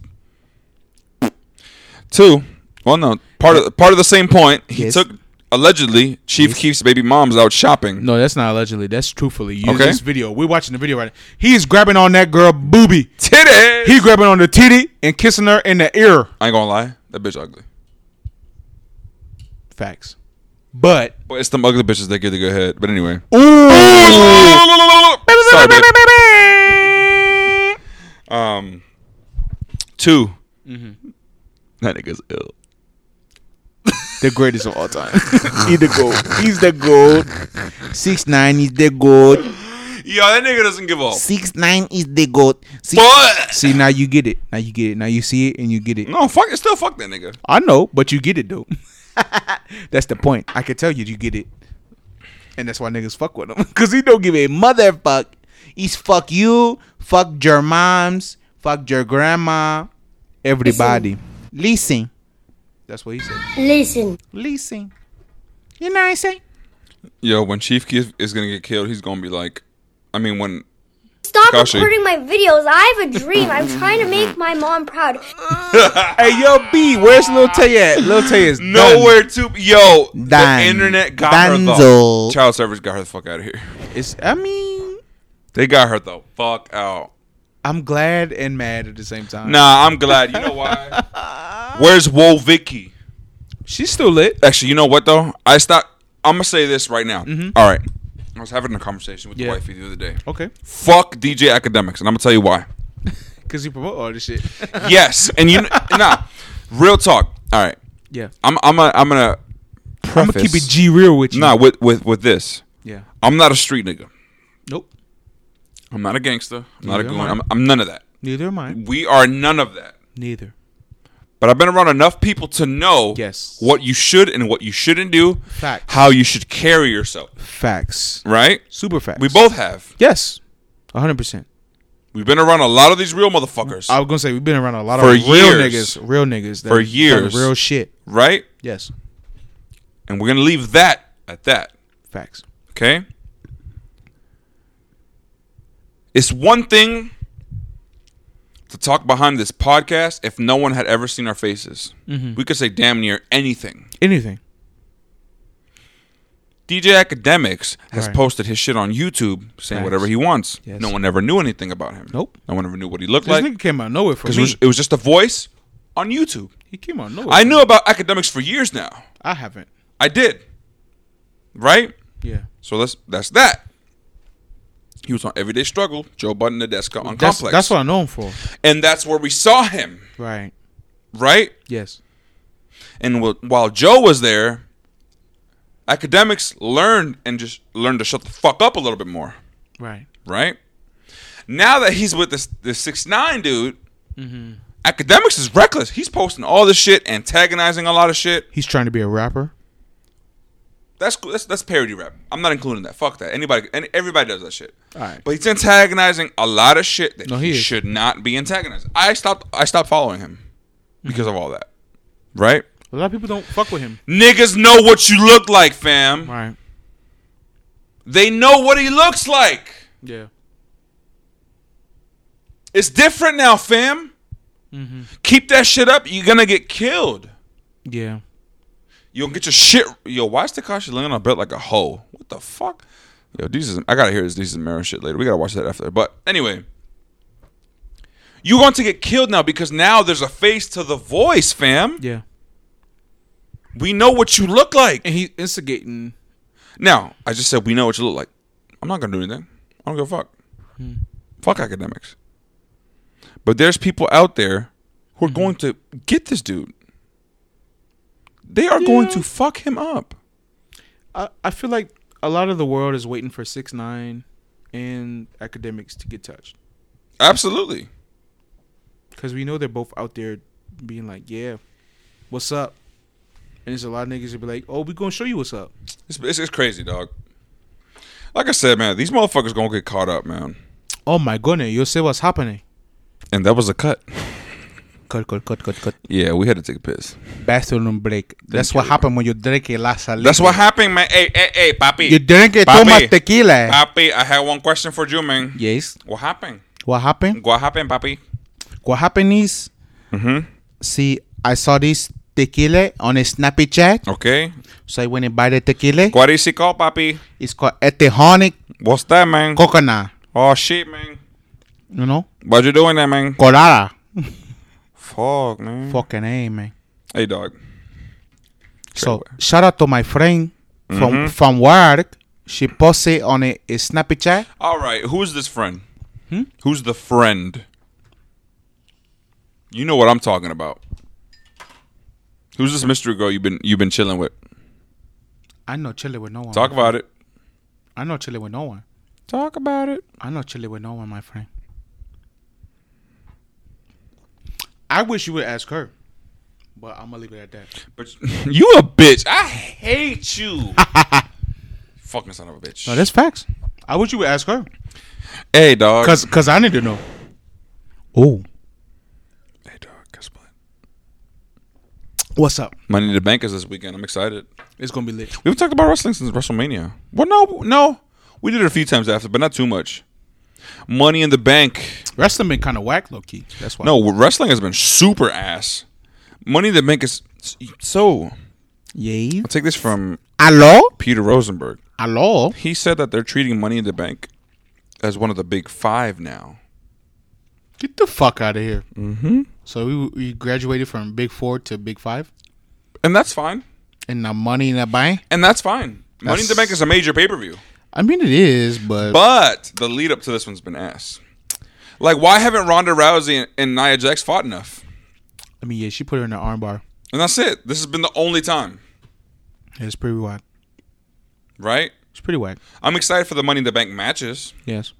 S2: Two, well, no, part of part of the same point. He
S4: Yes.
S2: took allegedly Chief Keef's baby mom's out shopping.
S4: No, that's not allegedly. That's truthfully. You
S2: Okay.
S4: This video. We're watching the video right now. He's grabbing on that girl booby.
S2: Titties.
S4: He grabbing on the titty and kissing her in the ear.
S2: I ain't gonna lie, that bitch ugly.
S4: Facts. But
S2: But it's them ugly bitches that get the good head. But anyway,
S4: ooh,
S2: Sorry, babe. um, two. Mm-hmm. That nigga's ill.
S4: the greatest of all time. he's the gold. He's the gold. Six nine is the gold.
S2: Yo, that nigga doesn't give up.
S4: Six nine is the gold. See,
S2: But
S4: see now you get it. Now you get it. Now you see it and you get it.
S2: no, fuck it. Still, fuck that nigga.
S4: I know, but you get it though. that's the point. I can tell you, you get it, and that's why niggas fuck with him because he don't give a motherfuck. He's fuck you, fuck your moms, fuck your grandma, everybody. Leasing. That's what he said.
S6: Listen,
S4: Leasing. You know what I'm saying?
S2: Yo, when Chief Keef is gonna get killed, he's gonna be like, I mean, when
S6: stop stop
S2: Takashi.
S6: recording my videos. I have a dream. I'm trying to make my mom proud.
S3: Hey, yo, B, where's Lil Tay at? Lil Tay is
S2: Nowhere to yo.
S3: Done.
S2: The internet got her though.
S3: Dunzo.
S2: Child service got her the fuck out of here.
S4: It's. I mean,
S2: They got her the fuck out.
S4: I'm glad and mad at the same time.
S2: Nah, I'm glad. You know why? Where's Wo Vicky?
S4: she's still lit.
S2: Actually, you know what though? I stopped. I'm gonna say this right now. All right. I was having a conversation with
S4: Mm-hmm. Yeah.
S2: the wifey the other day.
S4: Okay,
S2: Fuck DJ Academics, and I'm gonna tell you why.
S4: because you promote all this shit.
S2: yes, and you nah. Real talk. All right.
S4: yeah,
S2: I'm I'm a, I'm gonna.
S4: I'm gonna keep it G real with you.
S2: Nah, with with with this.
S4: Yeah.
S2: I'm not a street nigga.
S4: Nope.
S2: I'm not a gangster. I'm not a
S4: Neither
S2: goon.
S4: am I.
S2: I'm, I'm none of that.
S4: Neither am I.
S2: We are none of that.
S4: Neither.
S2: But I've been around enough people to know
S4: Yes.
S2: what you should and what you shouldn't do,
S4: Facts.
S2: how you should carry yourself,
S4: Facts.
S2: right?
S4: Super facts.
S2: We both have.
S4: Yes. 100%.
S2: We've been around a lot of these real motherfuckers,
S4: I was going to say, we've been around a lot
S2: For
S4: of real
S2: years.
S4: niggas. Real niggas. that
S2: For
S4: have done
S2: years.
S4: Real shit.
S2: right?
S4: Yes.
S2: And we're going to leave that at that,
S4: Facts.
S2: okay? It's one thing to talk behind this podcast if no one had ever seen our faces.
S4: Mm-hmm.
S2: We could say damn near anything.
S4: Anything.
S2: DJ Academics has
S4: Right.
S2: posted his shit on YouTube saying
S4: Facts.
S2: whatever he wants.
S4: Yes.
S2: No one ever knew anything about him.
S4: Nope.
S2: No one ever knew what he looked
S4: This
S2: like.
S4: nigga came out of nowhere for
S2: Because it,
S4: me.
S2: was- it was just a voice on YouTube.
S4: He came out of nowhere.
S2: I
S4: for
S2: knew
S4: me.
S2: about academics for years now.
S4: I haven't.
S2: I did. Right?
S4: Yeah.
S2: So that's that's that. He was on Everyday Struggle, Joe Budden, Nadeska on
S4: That's,
S2: Complex.
S4: that's what I know him for.
S2: and that's where we saw him,
S4: Right.
S2: right?
S4: Yes.
S2: And wh- while Joe was there, academics learned and just learned to shut the fuck up a little bit more.
S4: Right.
S2: right? Now that he's with this this six nine dude,
S4: Mm-hmm.
S2: academics is reckless. He's posting all this shit, antagonizing a lot of shit.
S4: He's trying to be a rapper.
S2: That's cool. That's that's parody rap. I'm not including that. Fuck that. Anybody, any, everybody does that shit.
S4: Alright.
S2: But he's antagonizing a lot of shit that
S4: No,
S2: he,
S4: he is.
S2: should not be antagonizing. I stopped. I stopped following him because of all that. Right?
S4: A lot of people don't fuck with him.
S2: Niggas know what you look like, fam.
S4: Right.
S2: They know what he looks like.
S4: Yeah.
S2: It's different now, fam.
S4: Mm-hmm.
S2: Keep that shit up. You're gonna get killed.
S4: Yeah.
S2: You'll get your shit. Yo, why is Takashi laying on a belt like a hoe? What the fuck? Yo, these is I gotta hear this. These is Mero shit later. We gotta watch that after. But anyway, you want to get killed now because now there's a face to the voice, fam.
S4: Yeah.
S2: We know what you look like.
S4: And he's instigating.
S2: Now I just said we know what you look like. I'm not gonna do anything. I don't give a fuck. Fuck academics. But there's people out there who are going to get this dude. They are going to fuck him up.
S4: I, I feel like a lot of the world is waiting for six nine and academics to get touched
S2: Absolutely.
S4: because we know they're both out there being like, yeah, what's up? And there's a lot of niggas that be like, oh, we gonna show you what's up.
S2: It's, it's, it's crazy, dog. Like I said, man, these motherfuckers gonna get caught up, man.
S4: Oh my goodness, you see what's happening?
S2: And that was a cut.
S4: Cut, cut, cut, cut, cut.
S2: Yeah, we had to take a piss.
S4: Bathroom break. That's what
S2: you.
S4: happened when you drink a la salida.
S2: That's what happened, man. Hey, hey, hey, papi.
S4: You drink it too
S2: Papi.
S4: much tequila.
S2: Papi, I have one question for you, man.
S4: Yes.
S2: What happened?
S4: What happened?
S2: What happened, papi?
S4: What happened is, Mm-hmm. see, I saw this tequila on a Snappy chat,
S2: Okay.
S4: so I went and buy the tequila.
S2: What is it called, papi?
S4: It's called Etihonic
S2: What's that, man?
S4: Coconut.
S2: Oh, shit, man.
S4: You know?
S2: What you doing there, man?
S4: Colada.
S2: Fuck, man.
S4: Fucking A, man.
S2: Hey, dog.
S4: So
S2: Everywhere.
S4: shout out to my friend from
S2: Mm-hmm.
S4: from work. She posted on a, a Snappy chat.
S2: All right, who's this friend? Who's the friend? You know what I'm talking about. Who's this mystery girl you've been you've been chilling with?
S4: I know chilling with no one.
S2: Talk about it.
S4: I know chilling with no one.
S2: Talk about it.
S4: I know chilling with no one, my friend. I wish you would ask her, but I'm gonna leave it at that.
S2: But you a bitch. I hate you. Fucking son of a bitch.
S4: No, that's facts. I wish you would ask her,
S2: hey dog.
S4: cause cause I need to know. Oh,
S2: hey dog. Guess what?
S4: what's up?
S2: Money in the Bank is this weekend. I'm excited.
S4: It's gonna be lit.
S2: We haven't talked about wrestling since WrestleMania. Well, no, no, we did it a few times after, but not too much. Money in the Bank.
S4: Wrestling been kind of whack, low key. That's why.
S2: No, wrestling has been super ass. Money in the Bank is so.
S4: Yay.
S2: I'll take this from
S4: Hello?
S2: Peter Rosenberg.
S4: Hello?
S2: He said that they're treating Money in the Bank as one of the big five now.
S4: Get the fuck out of here. Mm-hmm. So we, we graduated from Big Four to Big Five,
S2: And that's fine.
S4: and now money in the bank.
S2: And that's fine. Money in the
S4: That's-
S2: Bank is a major pay per view.
S4: I mean, it is, but,
S2: But the lead up to this one's been ass. Like, why haven't Ronda Rousey and, and Nia Jax fought enough?
S4: I mean, yeah, she put her in the armbar.
S2: And that's it. This has been the only time,
S4: Yeah, it's pretty whack.
S2: right?
S4: It's pretty whack.
S2: I'm excited for the Money in the Bank matches.
S4: Yes.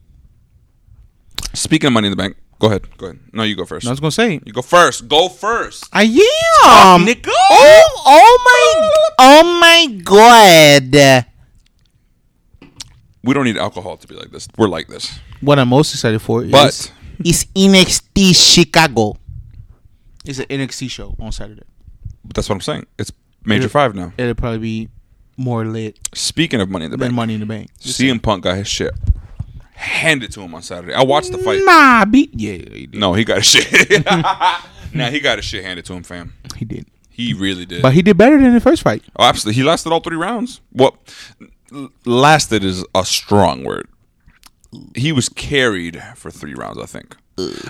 S2: Speaking of Money in the Bank, go ahead. Go ahead. No, you go first.
S4: I was gonna say.
S2: you go first. Go first.
S4: I am.
S2: Nico.
S4: Oh, oh my! Oh my God!
S2: We don't need alcohol to be like this. We're like this.
S4: What I'm most excited for is
S2: But
S4: is NXT Chicago. It's an NXT show on Saturday.
S2: that's what I'm saying. It's major five now.
S4: It'll probably be more lit
S2: Speaking of Money in the
S4: than
S2: Bank,
S4: Money in the Bank.
S2: CM Punk got his shit handed to him on Saturday. I watched the fight.
S4: Nah, beat. Yeah, he did.
S2: No, he got his shit. nah, he got his shit handed to him, fam.
S4: He did.
S2: He really did.
S4: But he did better than the first fight.
S2: Oh, absolutely. He lasted all three rounds. Well, l- lasted is a strong word. He was carried for three rounds, I think.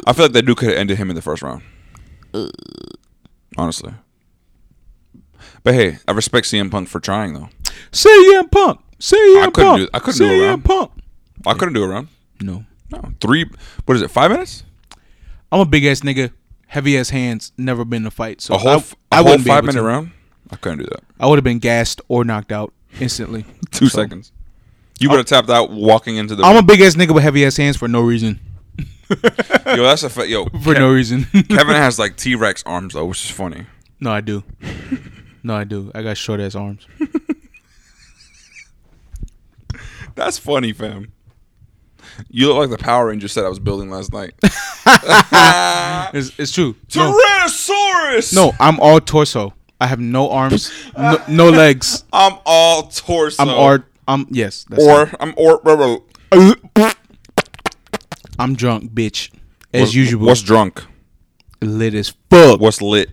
S2: I feel like that dude could have ended him in the first round. Honestly. But hey, I respect CM Punk for trying, though.
S4: CM Punk. CM
S2: I
S4: Punk.
S2: couldn't do- I couldn't do a
S4: CM
S2: round.
S4: Punk.
S2: I couldn't do a round.
S4: No.
S2: No. Three, what is it, five minutes?
S4: I'm a big ass nigga, heavy ass hands, never been in a fight. So
S2: A whole,
S4: I-
S2: f- a
S4: I
S2: whole
S4: wouldn't be able
S2: five minute
S4: to.
S2: round? I couldn't do that.
S4: I would have been gassed or knocked out instantly.
S2: Two seconds. You would have tapped out walking into the.
S4: I'm a big ass nigga with heavy ass hands for no reason.
S2: yo, that's a fa- yo.
S4: For no reason.
S2: Kevin has like T Rex arms though, which is funny.
S4: no, I do. No, I do. I got short ass arms.
S2: That's funny, fam. You look like the Power Ranger set I was building last night.
S4: It's, it's true. No,
S2: Tyrannosaurus.
S4: no, I'm all torso. I have no arms, no, no legs.
S2: I'm all torso.
S4: I'm all. I'm yes. That's
S2: or I'm or. bro, bro.
S4: it. I'm drunk, bitch. As
S2: What's-
S4: usual,
S2: What's drunk?
S4: lit as fuck.
S2: What's lit?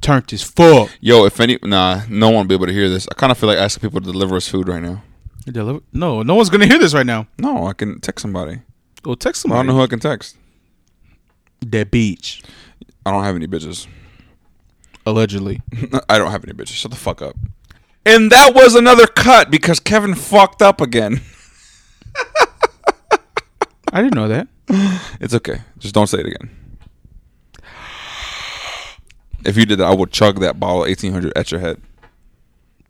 S4: Turned as fuck.
S2: Yo, if any, nah, no one will be able to hear this. I kind of feel like asking people to deliver us food right now.
S4: Deliver- No, no one's gonna hear this right now.
S2: No, I can text somebody.
S4: Go text
S2: I don't
S4: somebody.
S2: know who I can text.
S4: That beach,
S2: I don't have any bitches.
S4: allegedly.
S2: I don't have any bitches. Shut the fuck up. And that was another cut because Kevin fucked up again.
S4: I didn't know that.
S2: It's okay. Just don't say it again. If you did that, I would chug that bottle of 1800 at your head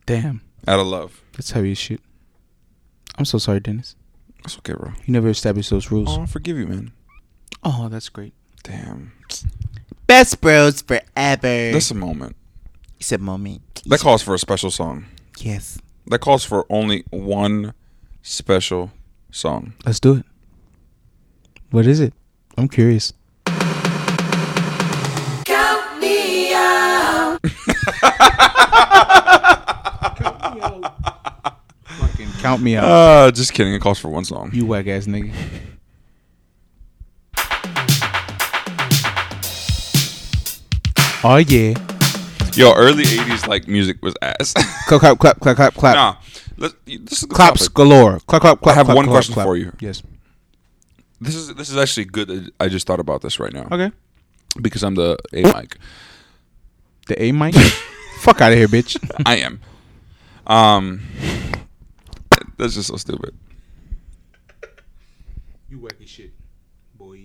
S4: Damn,
S2: out of love.
S4: that's heavy as shit. I'm so sorry, Dennis.
S2: That's okay, bro.
S4: You never established those rules.
S2: Oh, I forgive you, man.
S4: Oh, that's great.
S2: Damn.
S7: Best bros forever.
S2: That's a moment.
S7: It's a moment.
S2: That calls for a special song.
S7: Yes.
S2: That calls for only one special song.
S4: Let's do it. What is it? I'm curious. Count me out. Fucking count me out.
S2: Uh, just kidding. It calls for one song.
S4: you whack ass nigga. Oh yeah.
S2: Yo, early 80s like music was ass.
S4: Clap clap clap clap clap clap.
S2: nah. Let's, this is a good
S4: Claps
S2: topic.
S4: galore. Clap clap clap.
S2: I have
S4: clap,
S2: one
S4: clap,
S2: question
S4: clap.
S2: for you.
S4: Yes.
S2: This is this is actually good. that I just thought about this right now
S4: Okay.
S2: because I'm the A mic.
S4: The A mic. Fuck out of here, bitch.
S2: I am. Um, that's just so stupid.
S4: you wacky shit, boy.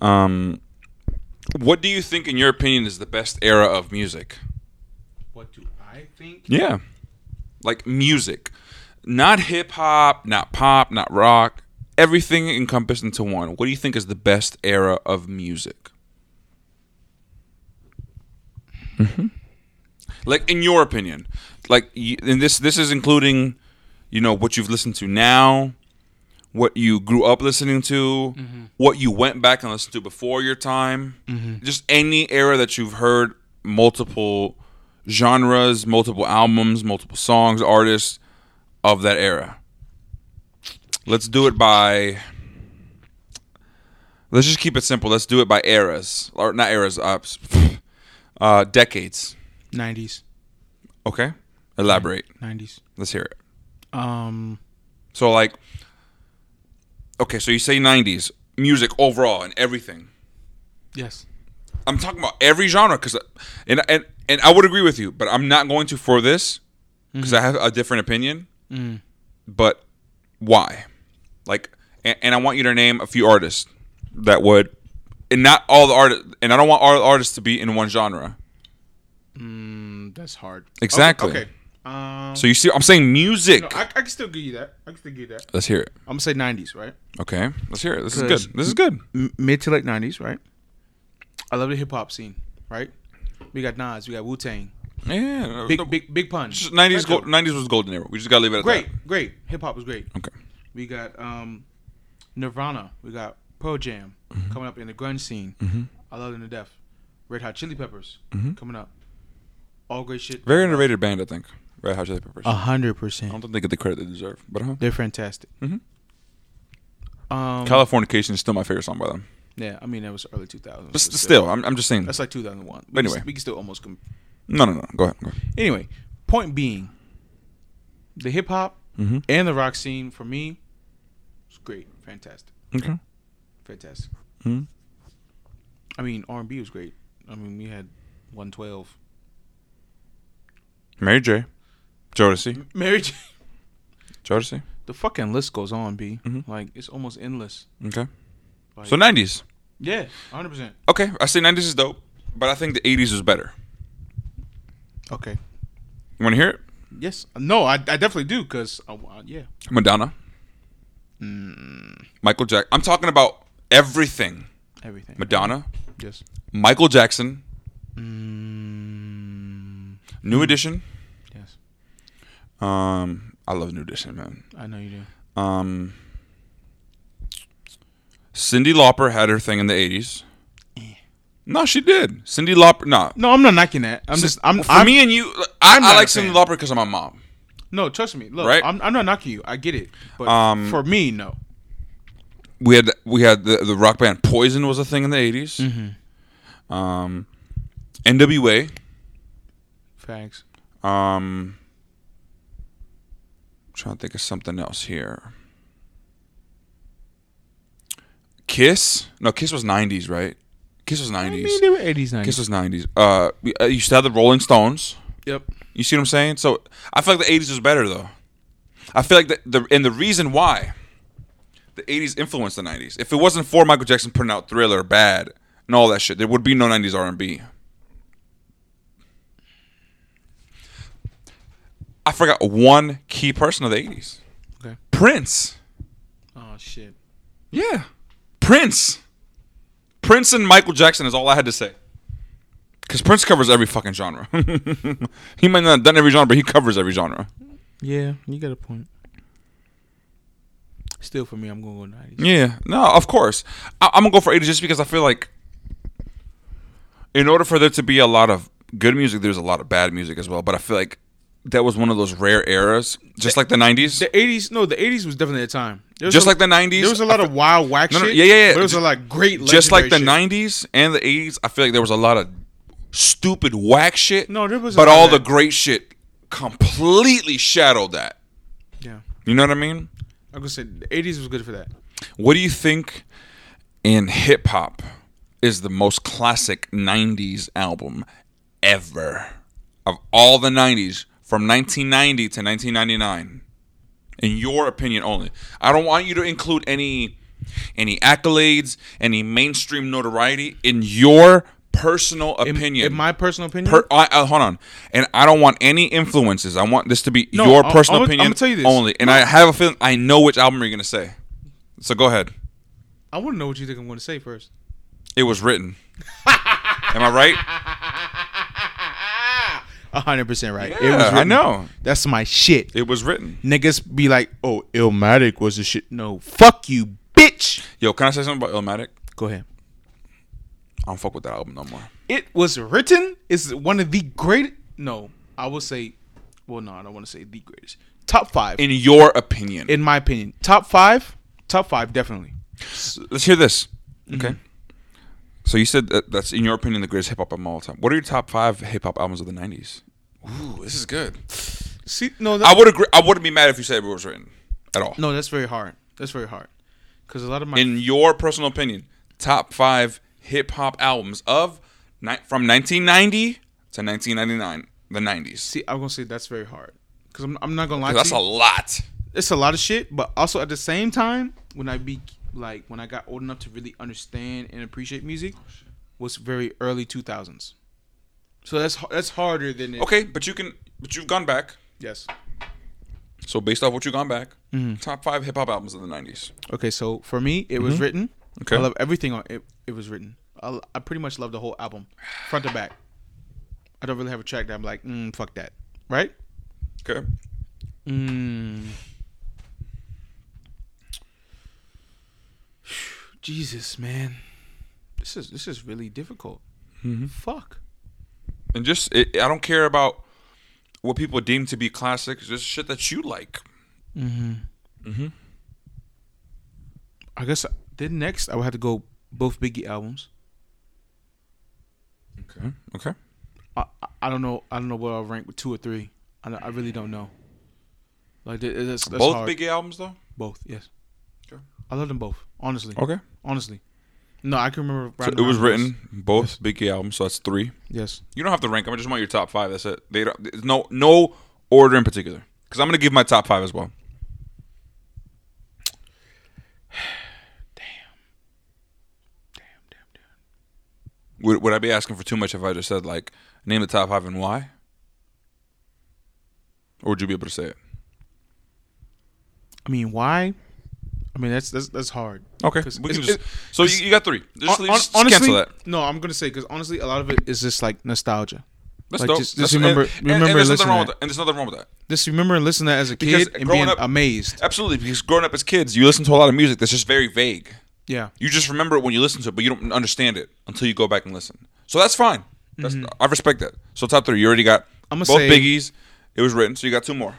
S2: Um, what do you think, in your opinion, is the best era of music?
S4: What do I think?
S2: Yeah, like music, not hip hop, not pop, not rock. Everything encompassed into one. What do you think is the best era of music? hmm Like in your opinion, like y- and this this is including, you know, what you've listened to now, what you grew up listening to, what you went back and listened to before your time, just any era that you've heard multiple genres, multiple albums, multiple songs, artists of that era. Let's do it by. Let's just keep it simple. Let's do it by eras or not eras. Uh, uh decades.
S4: Nineties.
S2: Okay. Elaborate.
S4: Nineties.
S2: Let's hear it.
S4: Um,
S2: So like. Okay, so you say '90s music overall and everything.
S4: yes.
S2: I'm talking about every genre because, and and and I would agree with you, but I'm not going to for this because I have a different opinion.
S4: Mm.
S2: But why? Like, and, and I want you to name a few artists that would, and not all the artists, and I don't want all the artists to be in one genre.
S4: Mm, That's hard.
S2: Exactly.
S4: Okay. okay. Um,
S2: So you see, I'm saying music.
S4: no, I, I can still give you that. I can still give you that.
S2: Let's hear it.
S4: I'm gonna say nineties, right?
S2: Okay, let's hear it. This is
S4: 'Cause-
S2: good. This is good.
S4: M- mid to late nineties, right? I love the hip hop scene, right? We got Nas, we got Wu Tang,
S2: Yeah.
S4: big,
S2: no,
S4: big, big pun.
S2: just 90s,
S4: Fresno.
S2: gold, 90s was golden era. We just gotta leave it at
S4: Great,
S2: that.
S4: great. Hip hop was great.
S2: Okay.
S4: We got um, Nirvana. We got Pearl Jam
S2: Mm-hmm.
S4: coming up in the grunge scene. I love them to death. Red Hot Chili Peppers
S2: Mm-hmm.
S4: coming up. All great shit.
S2: Very underrated band, I think. Red Hot Chili Peppers.
S4: A hundred
S2: I
S4: percent.
S2: don't think they get the credit they deserve, but uh
S4: They're fantastic. Um,
S2: Mm-hmm. Californication is still my favorite song by them.
S4: yeah, I mean that was early two thousand.
S2: But st- still, I'm, I'm just saying.
S4: that's like two thousand one.
S2: Anyway.
S4: we can still almost come.
S2: No, no, no. Go ahead. Go ahead.
S4: Anyway, point being, the hip hop
S2: Mm-hmm.
S4: and the rock scene for me was great, fantastic,
S2: Okay.
S4: fantastic.
S2: Mm-hmm.
S4: I mean, R and B was great. I mean, we had one twelve,
S2: Mary J. Jodeci.
S4: Mary J.
S2: Jodeci.
S4: The fucking list goes on, B.
S2: Mm-hmm.
S4: Like it's almost endless.
S2: Okay.
S4: Like,
S2: So 90s.
S4: yeah, hundred percent.
S2: Okay. I say 90s is dope, but I think the 80s was better.
S4: Okay.
S2: You want to hear it?
S4: Yes. No, I, I definitely do because yeah.
S2: Madonna.
S4: Mm.
S2: Michael Jack. I'm talking about everything.
S4: Everything.
S2: Madonna.
S4: yes.
S2: Michael Jackson. New Edition.
S4: Mm, Yes.
S2: Um, I love New Edition, man.
S4: I know you do.
S2: Um, Cindy Lauper had her thing in the 80s. No, she did. Cindy Lauper. No.
S4: Eh. No, I'm not knocking that. I'm just I'm
S2: for
S4: I'm,
S2: me and you, I,
S4: I'm
S2: I
S4: not
S2: like
S4: a
S2: Cindy
S4: fan.
S2: Lauper because I'm a mom.
S4: No, trust me. Look,
S2: Right?
S4: I'm, I'm not knocking you. I get it. But
S2: Um,
S4: for me, no.
S2: We had we had the, the rock band Poison was a thing in the 80s.
S4: Mm-hmm.
S2: Um, NWA.
S4: Facts.
S2: Um, trying to think of something else here. Kiss? No, Kiss was 90s, right? Kiss was 90s.
S4: they were 80s, 90s.
S2: Kiss was 90s. Uh, we- uh, you still have the Rolling Stones.
S4: yep.
S2: You see what I'm saying? So I feel like the 80s was better though. I feel like the, the and the reason why the 80s influenced the 90s. If it wasn't for Michael Jackson putting out Thriller, Bad, and all that shit, there would be no 90s R&B. I forgot one key person of the 80s.
S4: Okay.
S2: Prince.
S4: Oh, shit.
S2: Yeah. Prince. Prince and Michael Jackson is all I had to say. Because Prince covers every fucking genre. he might not have done every genre, but he covers every genre.
S4: Yeah, you got a point. Still, for me, I'm going to go 90s.
S2: Yeah. No, of course. I- I'm going to go for 80s just because I feel like in order for there to be a lot of good music, there's a lot of bad music as well. But I feel like that was one of those rare eras, just like the 90s.
S4: The 80s, no, the 80s was definitely a time. There was
S2: Just
S4: a-
S2: like the 90s,
S4: There was a lot of wild whack
S2: No, no,
S4: shit.
S2: yeah, yeah, yeah.
S4: but There was a
S2: Ju-
S4: lot of great
S2: just like the
S4: legendary
S2: 90s
S4: shit.
S2: and the 80s i feel like there was a lot of stupid whack shit
S4: No, there was a
S2: but
S4: lot of
S2: all the
S4: that.
S2: great shit completely shadowed that
S4: Yeah.
S2: you know what i mean
S4: I'm going to say the 80s was good for that.
S2: what do you think in hip-hop is the most classic 90s album ever of all the 90s from 1990 to 1999 in your opinion only i don't want you to include any any accolades any mainstream notoriety in your personal
S4: In,
S2: opinion
S4: in my personal opinion,
S2: Per, I, I, hold on, and I don't want any influences. I want this to be
S4: No,
S2: your
S4: I-
S2: personal
S4: I'ma-
S2: opinion
S4: I'ma tell you this.
S2: only. And I have a feeling I know which album you're gonna say. So go ahead.
S4: I want to know what you think I'm going to say first.
S2: It was written. Am I right?
S4: 100% right. It was
S2: Yeah, I
S4: written.
S2: know
S4: That's my shit.
S2: it was written.
S4: niggas be like, "Oh, Illmatic was the shit." No, fuck you, bitch.
S2: Yo, can I say something about Illmatic?
S4: Go ahead.
S2: I don't fuck with that album no more.
S4: It was written is one of the great. No, I will say. Well, no, I don't want to say the greatest. top five in,
S2: in your opinion?
S4: my opinion. Top five, top five definitely.
S2: Let's hear this. Okay. So you said that that's in your opinion the greatest hip hop album of all time. What are your top five hip hop albums of the '90s? Ooh, this is good.
S4: See, no, that,
S2: I would agree. I wouldn't be mad if you said it was written at all.
S4: no, that's very hard. That's very hard because a lot of my
S2: In your personal opinion, top five hip hop albums of ni- from 1990 to 1999, the '90s.
S4: see, I'm gonna say that's very hard because I'm, I'm not gonna lie.
S2: 'Cause That's
S4: To you.
S2: a lot.
S4: it's a lot of shit, but also at the same time, when I be like when I got old enough to really understand and appreciate music,
S2: Oh,
S4: was very early two thousands. So that's h- that's harder than it.
S2: Okay, but you can. But you've gone back.
S4: Yes.
S2: So based off what you've gone back,
S4: Mm-hmm.
S2: top five hip hop albums of the '90s.
S4: Okay. So for me, it was written.
S2: Mm-hmm. Okay.
S4: I love everything on it. It was written. I, l- I pretty much love the whole album, front to back. I don't really have a track that I'm like, mm, fuck that, right?
S2: Okay.
S4: Hmm. Jesus, man, this is this is really difficult. Mm-hmm. Fuck.
S2: and just it, I don't care about what people deem to be classics. Just shit that you like.
S4: I guess I- then next I would have to go both Biggie albums.
S2: Okay. Okay.
S4: I, I- I don't know. I don't know what I'll rank with two or three. I, don't- I really don't know. Like that- that's, that's
S2: Both
S4: hard.
S2: big albums though.
S4: both yes.
S2: Sure.
S4: I love them both. Honestly.
S2: Okay.
S4: Honestly. No, I can remember.
S2: So
S4: random
S2: it was
S4: albums.
S2: written both big albums, so that's three.
S4: Yes.
S2: You don't have to rank them. I just want your top five. That's it. They don't, there's no no order in particular. Because I'm gonna give my top five as well.
S4: Damn, damn, damn.
S2: Would, would I be asking for too much if I just said like name the top five and why? Or would you be able to say it?
S4: I mean, why? I mean, that's that's that's hard.
S2: Okay.
S4: 'Cause
S2: We can
S4: it's-
S2: just,
S4: it-
S2: so you, you got three. Just,
S4: hon-
S2: just
S4: honestly,
S2: cancel that.
S4: no, I'm gonna say because honestly, a lot of it is just like nostalgia.
S2: That's
S4: like,
S2: dope.
S4: just-
S2: That's-
S4: just remember-
S2: and- and-
S4: remember
S2: and there's nothing
S4: listening
S2: wrong
S4: to
S2: with that. And there's nothing wrong with that.
S4: Just remember and listen to that as a
S2: Because
S4: kid and
S2: growing
S4: being
S2: up-
S4: amazed.
S2: Absolutely, because growing up as kids, you listen to a lot of music that's just very vague.
S4: Yeah.
S2: You just remember it when you listen to it, but you don't understand it until you go back and listen. So that's fine. That's, I respect that. So top three, you already got
S4: Mm-hmm. I'ma
S2: both
S4: say-
S2: biggies. It was written, so you got two more.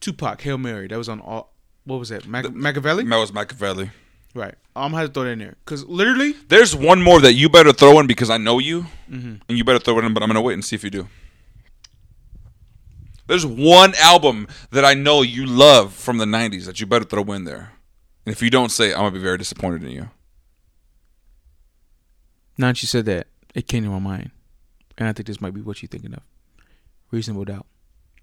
S4: Tupac, Hail Mary. That was on all. What was that? Mac- Machiavelli.
S2: That was Machiavelli.
S4: right. I'm gonna have to throw that in there because literally,
S2: There's one more that you better throw in because I know you,
S4: Mm-hmm.
S2: and you better throw it in. But I'm gonna wait and see if you do. There's one album that I know you love from the '90s that you better throw in there. And if you don't say, it, I'm gonna be very disappointed in you.
S4: now that you said that, it came to my mind, and I think this might be what you're thinking of. Reasonable doubt.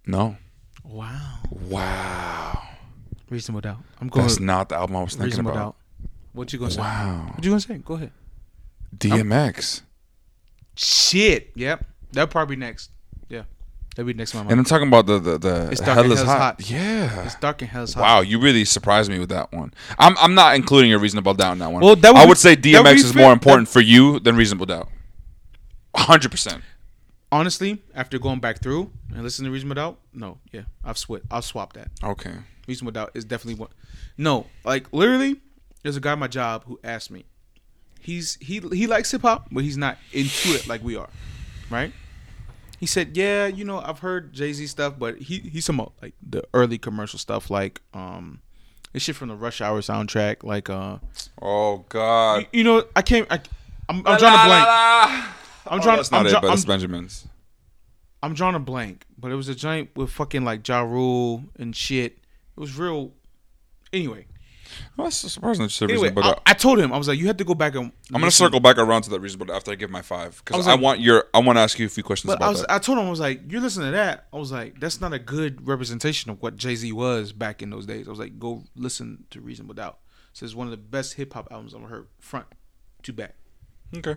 S2: No.
S4: Wow.
S2: Wow.
S4: Reasonable doubt. I'm going.
S2: That's not the album I was thinking
S4: reasonable
S2: about.
S4: doubt. What you gonna say?
S2: Wow.
S4: What you gonna say? Go ahead.
S2: DMX.
S4: Shit. Yep. That'll probably be next. Yeah. That'll be next in my
S2: and
S4: mind.
S2: I'm talking about the the, the
S4: It's Dark
S2: Hell
S4: and
S2: is
S4: Hell's
S2: hot.
S4: Hot.
S2: Yeah.
S4: It's dark and hell's hot.
S2: wow, you really surprised me with that one. I'm I'm not including a reasonable doubt in that one.
S4: Well, that would
S2: I
S4: be-
S2: would say
S4: that would
S2: DMX
S4: be
S2: is
S4: fair-
S2: more important for you than reasonable doubt. 100%.
S4: Honestly, after going back through and listening to Reasonable Doubt, no, yeah, I've switched. I'll swap that.
S2: Okay.
S4: Reasonable Doubt is definitely one. No, like literally, there's a guy at my job who asked me. He's he he likes hip hop, but he's not into it like we are, right? He said, "Yeah, you know, I've heard Jay Z stuff, but he he's some of, like the early commercial stuff, like um, this shit from the Rush Hour soundtrack, like uh,
S2: Oh god.
S4: you, you know, I can't, I, I'm, I'm drawing a blank. I'm drawing,
S2: Oh, That's not
S4: I'm,
S2: it,
S4: draw-
S2: but it's
S4: I'm,
S2: Benjamin's.
S4: I'm drawing a blank, but it was a giant with fucking like Ja Rule and shit. It was real. Anyway,
S2: Well, that's surprising that you said
S4: anyway,
S2: reasonable
S4: I,
S2: doubt.
S4: I told him I was like, you have to go back and.
S2: I'm gonna circle back around to that reasonable doubt after I give my five
S4: I
S2: because
S4: was
S2: I,
S4: like-
S2: want your I want to ask you a few questions
S4: But
S2: about
S4: I was,
S2: that.
S4: I told him I was like, you're listening to that. I was like, that's not a good representation of what Jay Z was back in those days. I was like, go listen to Reasonable Doubt. So it's one of the best hip hop albums I've ever heard, front to back.
S2: Okay.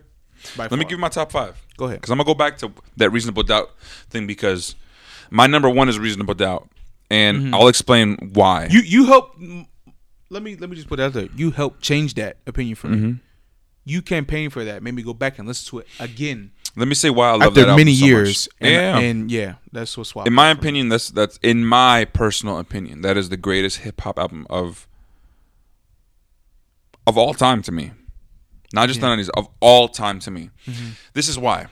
S4: By
S2: Let me
S4: far.
S2: give you my top five.
S4: Go ahead.
S2: Because I'm going to go back to that reasonable doubt thing because my number one is reasonable doubt. And I'll explain why.
S4: Mm-hmm. You you help. Let me let me just put that out there. You helped change that opinion for
S2: Mm-hmm.
S4: me. You campaigned for that. Made me go back and listen to it again
S2: Let me say why I love that
S4: after
S2: album
S4: many
S2: so much.
S4: years. And,
S2: yeah.
S4: and yeah, that's what's wild.
S2: in my opinion, that's that's in my personal opinion, that is the greatest hip hop album of of all time to me. Not just the 90s, of all time to me. This is why.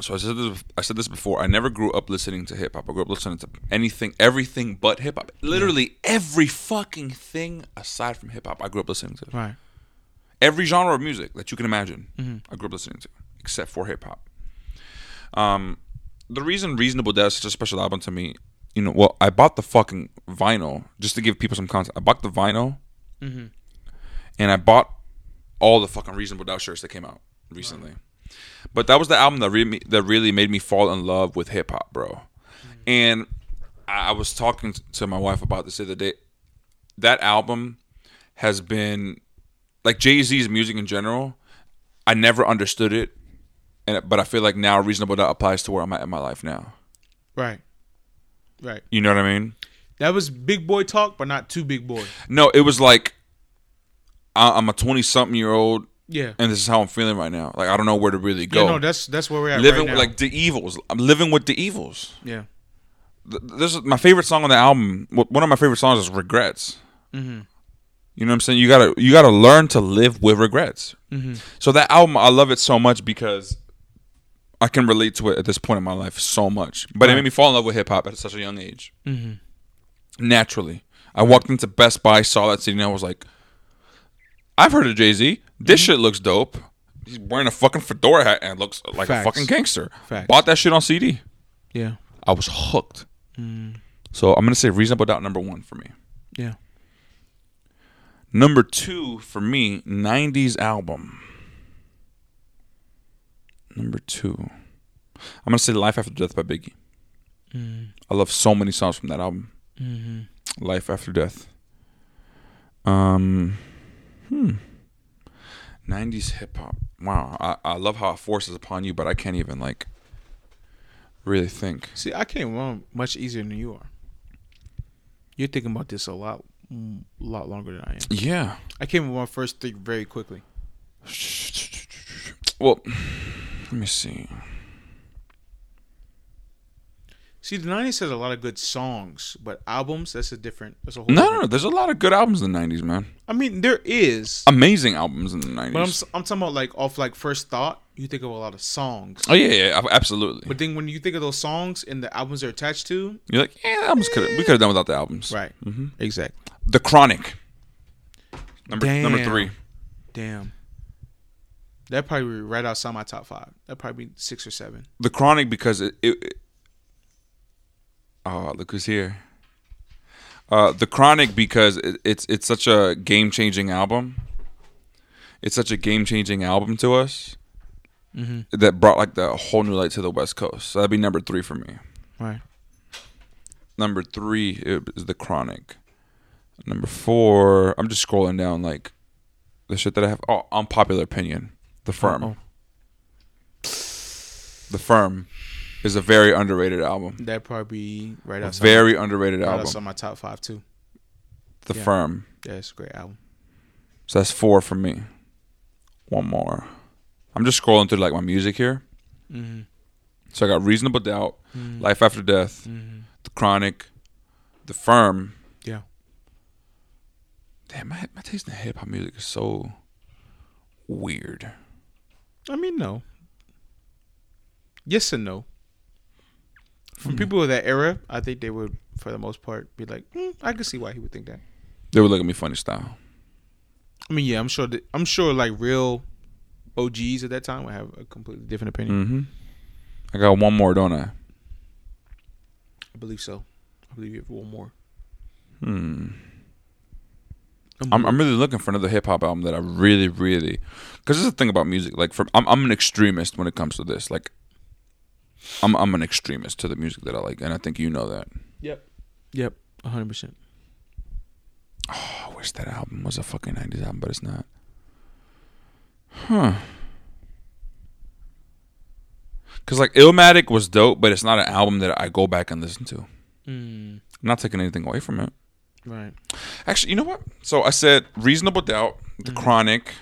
S2: So I said this, I said this before. I never grew up listening to hip hop. I grew up listening to anything, everything but hip hop. Literally every fucking thing aside from hip hop, I grew up listening to.
S4: Right.
S2: Every genre of music that you can imagine, I grew up listening to, except for hip hop. Um, the reason "Reasonable Doubt" is such a special album to me, you know, well, I bought the fucking vinyl just to give people some context. I bought the vinyl, and I bought all the fucking Reasonable Doubt shirts that came out recently. But that was the album that really that really made me fall in love with hip hop, bro. And I, I was talking t- to my wife about this the other day. That album has been like Jay Z's music in general. I never understood it, and but I feel like now Reasonable Doubt applies to where I'm at in my life now.
S4: Right. Right.
S2: You know what I mean?
S4: That was big boy talk, but not too big boy.
S2: No, it was like I- I'm a 20 something year old,
S4: Yeah.
S2: and this is how I'm feeling right now. Like I don't know where to really go.
S4: yeah no, that's that's where we're at
S2: living
S4: right now.
S2: with, like the evils. I'm living with the evils.
S4: yeah.
S2: Th- This is my favorite song on the album. w- One of my favorite songs is "Regrets."
S4: Mm-hmm.
S2: You know what I'm saying? You gotta you gotta learn to live with regrets.
S4: Mm-hmm.
S2: So that album, I love it so much because I can relate to it at this point in my life so much. But it made me fall in love with hip hop at such a young age.
S4: Mm-hmm.
S2: Naturally, I walked into Best Buy, saw that CD, and I was like, "I've heard of Jay Z.
S4: Mm-hmm.
S2: This shit looks dope." He's wearing a fucking fedora hat and looks like a
S4: Facts.
S2: fucking gangster.
S4: Facts.
S2: Bought that shit on CD.
S4: Yeah.
S2: I was hooked. So I'm gonna say reasonable doubt number one for me.
S4: Yeah.
S2: Number two for me, '90s album. Number two, I'm gonna say "Life After Death" by Biggie. I love so many songs from that album. "Life After Death." Um, hmm. '90s hip hop. Wow, I, I love how it forces upon you, but I can't even like really think.
S4: See, I came along much easier than you are. You're thinking about this a lot, mm, lot longer than I am.
S2: Yeah.
S4: I came along first three very quickly.
S2: Well, let me see.
S4: See, the '90s has a lot of good songs, but albums that's a different. That's a whole.
S2: No, no,
S4: different-
S2: no. There's a lot of good albums in the '90s, man.
S4: I mean, there is,
S2: Amazing albums in the '90s.
S4: but I'm s- I'm talking about like off like first thought. You think of a lot of songs,
S2: oh yeah, yeah, ab- absolutely.
S4: but then when you think of those songs and the albums they're attached to,
S2: You're like, yeah, the albums could we could have done without the albums.
S4: right? Mm-hmm. Exactly.
S2: The Chronic. Number number
S4: Damn.
S2: three.
S4: Damn. That probably be right outside my top five. That probably be six or seven.
S2: The Chronic because it. it, it oh, look who's here. Uh, the Chronic because it, it's it's such a game changing album. It's such a game changing album to us that brought like the whole new light to the West Coast. So that'd be number three for me.
S4: Right.
S2: Number three is The Chronic. Number four, I'm just scrolling down like the shit that I have. Oh, unpopular opinion. The Firm. The Firm is a very underrated album.
S4: That probably be right
S2: A
S4: outside.
S2: very underrated
S4: right outside
S2: album.
S4: my top five too.
S2: The
S4: yeah.
S2: Firm.
S4: That's a great album.
S2: So that's four for me. One more. I'm just scrolling through like my music here. So I got Reasonable Doubt, Life After Death, The Chronic, The Firm.
S4: Yeah.
S2: Damn, my, my taste in hip hop music is so weird.
S4: I mean, no. Yes and no. From people of that era, I think they would, for the most part, be like, "Hmm, I can see why he would think that.
S2: They would look at me funny style.
S4: I mean, yeah, I'm sure. That, I'm sure, like real OGs at that time would have a completely different opinion.
S2: Mm-hmm. I got one more, don't I?
S4: I believe so. I believe you have one more.
S2: Hmm. I'm, I'm really looking for another hip hop album that I really, really, because this is the thing about music. Like, from I'm, I'm an extremist when it comes to this. Like, I'm I'm an extremist to the music that I like, and I think you know that.
S4: Yep. Yep. 100. percent
S2: I wish that album was a fucking '90s album, but it's not. Huh? Because like Illmatic was dope, but it's not an album that I go back and listen to. I'm
S4: Mm,
S2: not taking anything away from it.
S4: right.
S2: Actually, you know what? So I said Reasonable Doubt, The Chronic,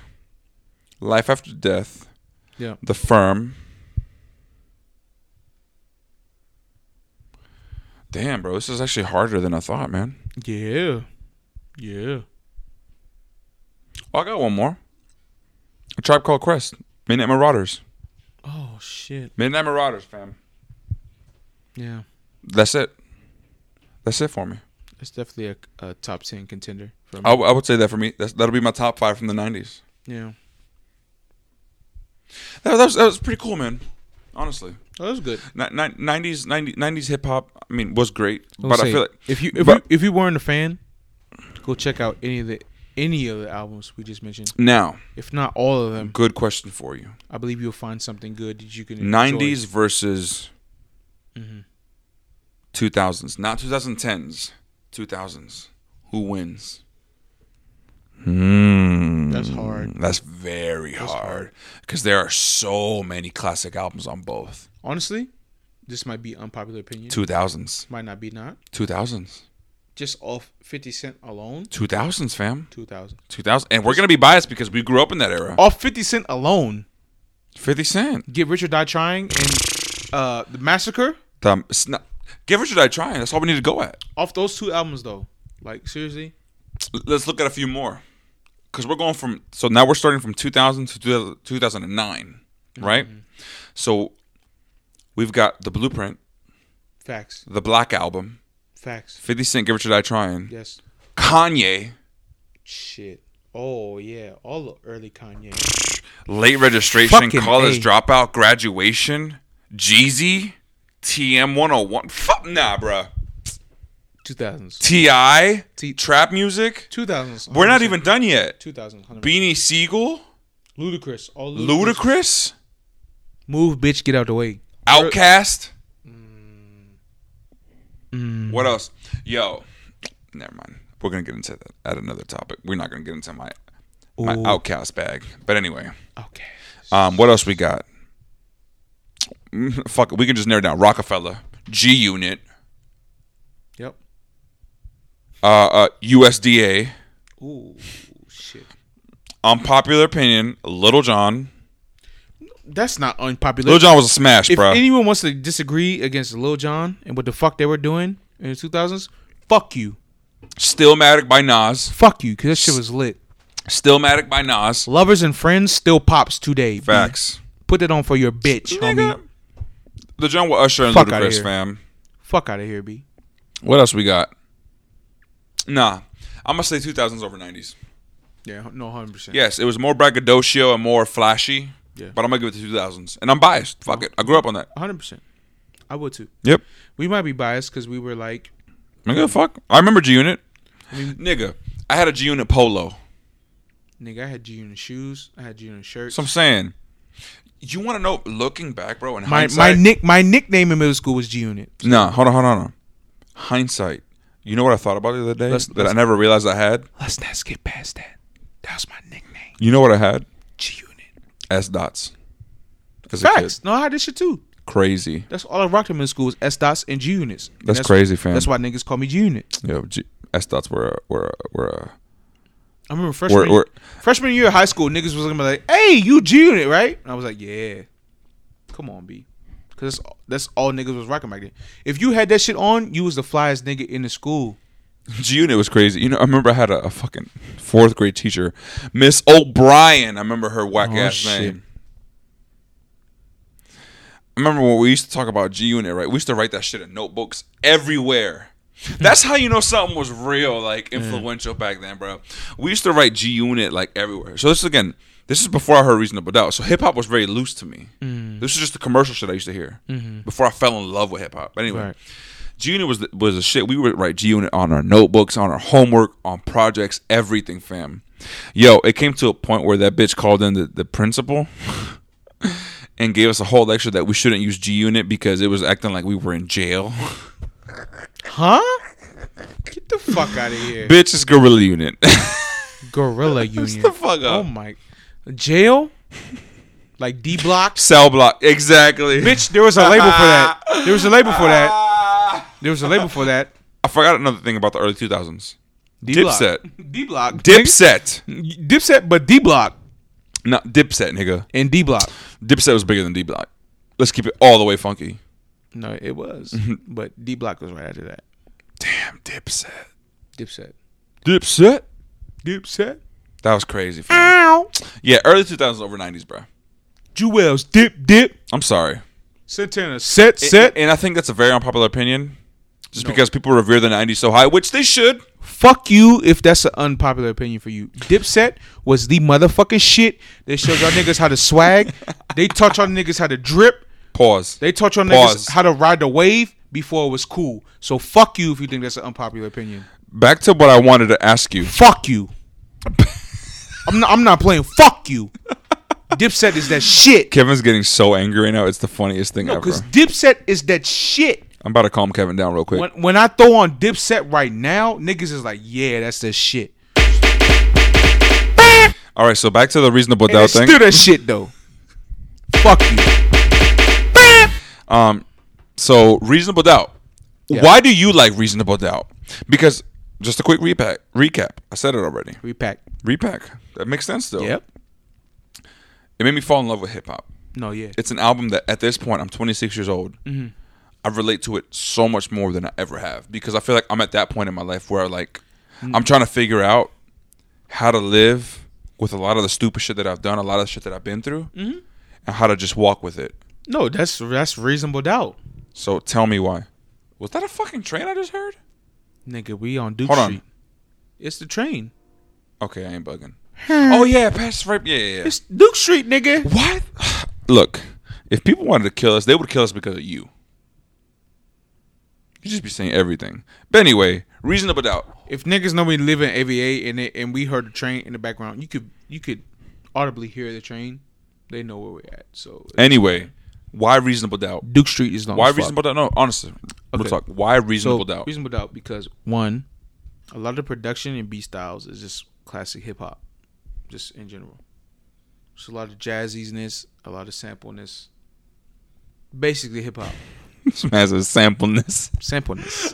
S2: Life After Death,
S4: Yeah.
S2: The Firm. Damn, bro, this is actually harder than I thought, man.
S4: Yeah. Yeah.
S2: Oh, I got one more. A Tribe Called Quest, Midnight Marauders.
S4: Oh shit.
S2: Midnight Marauders, fam.
S4: Yeah.
S2: That's it. That's it for me.
S4: It's definitely a, a top ten contender for me.
S2: I, w- I would say that for me. That's, that'll be my top five from the '90s.
S4: Yeah.
S2: That, that was that was pretty cool, man. Honestly,
S4: Oh, that was good.
S2: Ni- ni- '90s 90, '90s hip hop. I mean, was great, but I feel like
S4: if you if,
S2: but-
S4: you if you weren't a fan, go check out any of the any of the albums we just mentioned.
S2: now,
S4: If not all of them,
S2: good question for you:
S4: I believe you'll find something good that you can enjoy. Mm-hmm.
S2: '90s versus 2000s, not 2010s, 2000s. Who wins? Mm.
S4: That's hard.
S2: That's very hard because there are so many classic albums on both.
S4: Honestly, this might be unpopular opinion.
S2: 2000s.
S4: Might not be not.
S2: 2000s.
S4: Just off Fifty Cent alone,
S2: 2000s, fam.
S4: two thousand.
S2: 2000. And we're going to be biased because we grew up in that era.
S4: Off Fifty Cent alone,
S2: 50 Cent.
S4: Get Rich or Die Trying and uh the Massacre.
S2: Um, it's not- give Richard I Trying. That's all we need to go at.
S4: Off those two albums though, like seriously,
S2: Let's look at a few more. Because we're going from. So now we're starting from 2000 to 2000 2009, right? So we've got The Blueprint,
S4: facts,
S2: The Black Album,
S4: facts.
S2: 50 Cent, Give Richard I Trying,
S4: Yes,
S2: Kanye,
S4: shit. Oh yeah, all the early Kanye.
S2: Late Registration,
S4: Fucking
S2: College
S4: A.
S2: Dropout, Graduation, Jeezy, TM 101. Fuck, nah, bruh.
S4: Two thousands.
S2: Ti,
S4: T-
S2: trap music.
S4: Two thousands.
S2: We're not even done yet.
S4: two thousands.
S2: Beanie Siegel,
S4: Ludicrous. All
S2: Ludacris,
S4: ludicrous. Move, bitch, get out the way.
S2: Outcast.
S4: Mm.
S2: What else? Yo, never mind. We're gonna get into that at another topic. We're not gonna get into my my Outcast bag. But anyway,
S4: Okay.
S2: um, what else we got? Mm, Fuck, it, we can just narrow it down. Rockefeller, G Unit,
S4: Yep.
S2: uh, uh, USDA.
S4: Ooh, shit.
S2: Unpopular opinion: Little John.
S4: That's not unpopular.
S2: Little John was a smash,
S4: if
S2: bro.
S4: anyone wants to disagree against Lil Jon and what the fuck they were doing in the 2000s, fuck you.
S2: Stillmatic by Nas.
S4: Fuck you, because that shit was lit.
S2: Stillmatic by Nas.
S4: Lovers and Friends still pops today. B.
S2: Facts.
S4: Put it on for your bitch, homie.
S2: The John with Usher and
S4: Fuck outta
S2: Ludacris,
S4: here.
S2: fam.
S4: Fuck out of here, B.
S2: What else we got? Nah, I'm gonna say 2000s over 90s.
S4: Yeah, no, 100%.
S2: Yes, it was more braggadocio and more flashy.
S4: Yeah.
S2: But I'm gonna give it to 2000s, and I'm biased. Fuck it, I grew up on that.
S4: 100%. I would too.
S2: Yep.
S4: We might be biased because we were like,
S2: Nigga, fuck. I remember G Unit. Nigga, I had a G Unit polo.
S4: nigga, I had G Unit shoes, I had G Unit shirts.
S2: So I'm saying, you want to know? Looking back, bro, in
S4: my my
S2: hindsight,
S4: nick my nickname in middle school was G Unit.
S2: Nah, hold on, hold on, hold on. Hindsight. You know what I thought about the other day
S4: Let's-
S2: that
S4: let's-
S2: I never realized I had?
S4: Let's not skip past that. That was my nickname,
S2: You know what I had?
S4: G Unit.
S2: S dots. As a
S4: Facts.
S2: kid.
S4: No, I had this shit too.
S2: Crazy.
S4: That's all I rocked in middle school was S dots and G units. And
S2: That's crazy, fam.
S4: That's why niggas call me G unit.
S2: Yo, G- S dots were were were.
S4: I remember freshman
S2: Word, word.
S4: freshman year of high school, niggas was looking at me like, "Hey, you G unit, right?" And I was like, "Yeah, come on, B," because that's, that's all niggas was rocking back then. If you had that shit on, you was the flyest nigga in the school.
S2: G unit was crazy. You know, I remember I had a, a fucking fourth grade teacher, Miss O'Brien. I remember her whack
S4: Oh,
S2: ass
S4: shit.
S2: name. I remember when we used to talk about G unit, right? We used to write that shit in notebooks everywhere. That's how you know something was real, like influential back then, bro. We used to write G unit like everywhere. So this is again, this is before I heard Reasonable Doubt. So hip hop was very loose to me.
S4: Mm.
S2: This is just the commercial shit I used to hear before I fell in love with hip hop. But anyway.
S4: Mm-hmm. Right.
S2: G Unit was the, was the shit. We would write G Unit on our notebooks, on our homework, on projects, everything, fam. Yo, it came to a point where that bitch called in the, the principal and gave us a whole lecture that we shouldn't use G Unit because it was acting like we were in jail.
S4: Huh? Get the fuck out of here,
S2: bitch, it's Gorilla Unit.
S4: Gorilla Union.
S2: the fuck
S4: Oh
S2: up.
S4: my, jail, like D block.
S2: Cell block. Exactly.
S4: Bitch, there was a label for that. There was a label for that. There was a label for that.
S2: I forgot another thing about the early 2000s.
S4: D-block.
S2: Dipset.
S4: D block.
S2: Dipset.
S4: Dipset, but D block
S2: Not Dipset, nigga.
S4: and D block.
S2: Dipset was bigger than D Block. Let's keep it all the way funky.
S4: No, it was, but D block was right after that.
S2: Damn, Dipset.
S4: Dipset.
S2: Dipset?
S4: Dipset.
S2: That was crazy. Ow. Yeah, early 2000s over 90s, bro.
S4: Jewels, dip, dip.
S2: I'm sorry.
S4: Santana, set, set.
S2: And, and I think that's a very unpopular opinion. Just because people revere the 90s so high, which they should.
S4: Fuck you if that's an unpopular opinion for you. Dipset was the motherfucking shit. They showed y'all niggas how to swag. They taught y'all niggas how to drip.
S2: Pause.
S4: They taught y'all
S2: Pause.
S4: niggas how to ride the wave before it was cool. So fuck you if you think that's an unpopular opinion.
S2: Back to what I wanted to ask you.
S4: Fuck you. I'm not, I'm not playing. Fuck you. Dipset is that shit.
S2: Kevin's getting so angry right now. It's the funniest thing ever.
S4: Because Dipset is that shit.
S2: I'm about to calm Kevin down real quick.
S4: When, when I throw on Dipset right now, niggas is like, yeah, that's that shit.
S2: All right, so back to the reasonable
S4: And
S2: doubt
S4: it's
S2: thing.
S4: still that shit though. Fuck you.
S2: So reasonable doubt. Why do you like reasonable doubt? Because just a quick repack. Recap. I said it already.
S4: Repack.
S2: Repack. That makes sense though. It made me fall in love with hip hop.
S4: No, yeah.
S2: It's an album that at this point I'm 26 years old. I relate to it so much more than I ever have because I feel like I'm at that point in my life where like I'm trying to figure out how to live with a lot of the stupid shit that I've done, a lot of the shit that I've been through, and how to just walk with it.
S4: no, that's that's reasonable doubt.
S2: So tell me why. Was that a fucking train I just heard?
S4: Nigga, we on Duke
S2: Hold on.
S4: Street. It's the train.
S2: Okay, I ain't bugging. oh yeah, pass right. Yeah, yeah. yeah.
S4: It's Duke Street, nigga.
S2: What? Look, if people wanted to kill us, they would kill us because of you. You just be saying everything. But anyway, reasonable doubt.
S4: If niggas know we live in AVA and it, and we heard the train in the background, you could you could audibly hear the train. They know where we're at. So
S2: Anyway, why reasonable doubt?
S4: Duke Street is not
S2: Why reasonable doubt? No, honestly, real
S4: Okay.
S2: talk. Why reasonable
S4: so,
S2: doubt?
S4: Reasonable doubt because one, a lot of the production and beat styles is just classic hip hop, just in general. It's a lot of jazziness, a lot of sampleness. Basically, hip hop
S2: This man says sampleness.
S4: sampleness.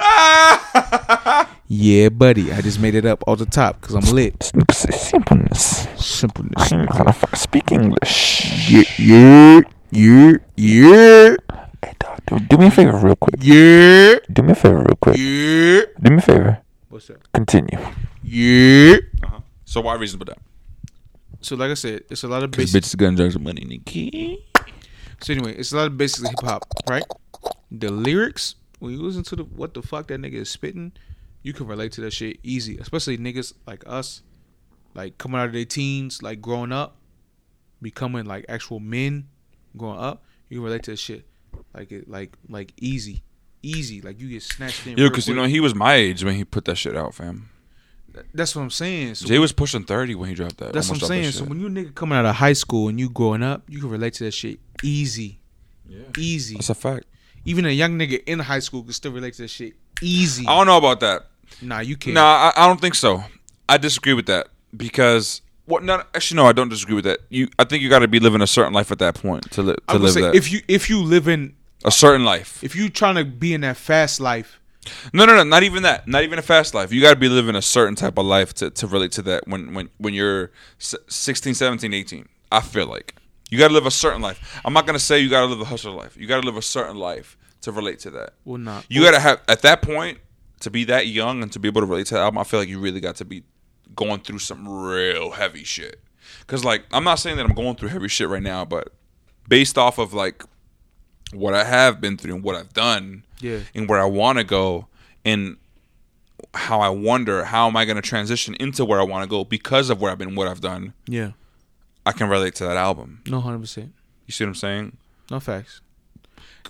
S4: yeah, buddy, I just made it up off the top because I'm lit.
S5: Simpleness.
S4: Simpleness.
S5: I'm gonna fuck speak English.
S4: Yeah, yeah, yeah, yeah,
S5: Hey, dog, do, do me a favor real quick.
S4: yeah,
S5: Do me a favor real quick.
S4: yeah.
S5: Do me a favor.
S4: What's up?
S5: Continue.
S4: Yeah.
S2: So why reasonable doubt?
S4: So, like I said, it's a lot of
S2: This
S4: basic.
S2: bitch is gonna drag some money, Nikki.
S4: So anyway, it's a lot of basically hip hop, right? The lyrics, when you listen to the what the fuck that nigga is spitting, you can relate to that shit easy. Especially niggas like us, like coming out of their teens, like growing up, becoming like actual men, growing up, you can relate to that shit. Like it like like easy. Easy. Like you get snatched in.
S2: Yo,
S4: real
S2: because you know
S4: quick.
S2: he was my age when he put that shit out, fam.
S4: that's what I'm saying. So
S2: Jay was pushing thirty when he dropped that.
S4: that's what I'm
S2: almost dropped that
S4: saying.
S2: shit.
S4: So when you nigga coming out of high school and you growing up, you can relate to that shit easy. Easy.
S2: That's a fact.
S4: even a young nigga in high school could still relate to that shit easy.
S2: I don't know about that.
S4: nah, you can't.
S2: Nah, I, I don't think so. I disagree with that because what? Not actually. No, I don't disagree with that. You, I think you got to be living a certain life at that point to, li-
S4: I
S2: to
S4: would
S2: live
S4: say
S2: that.
S4: if you if you live in
S2: a certain life.
S4: if you trying to be in that fast life,
S2: No, no, no. Not even that. Not even a fast life. You got to be living a certain type of life to, to relate to that when when when you're s- 16, 17, 18. I feel like you got to live a certain life. I'm not gonna say you got to live a hustler life. You got to live a certain life to relate to that.
S4: well, not
S2: You gotta have at that point to be that young and to be able to relate to that album. I feel like you really got to be going through some real heavy shit. Cause like I'm not saying that I'm going through heavy shit right now, but based off of like what I have been through and what I've done,
S4: Yeah.
S2: and where I want to go, and how I wonder how am I gonna transition into where I want to go because of where I've been, what I've done.
S4: yeah,
S2: I can relate to that album.
S4: no hundred percent,
S2: You see what I'm saying?
S4: no facts.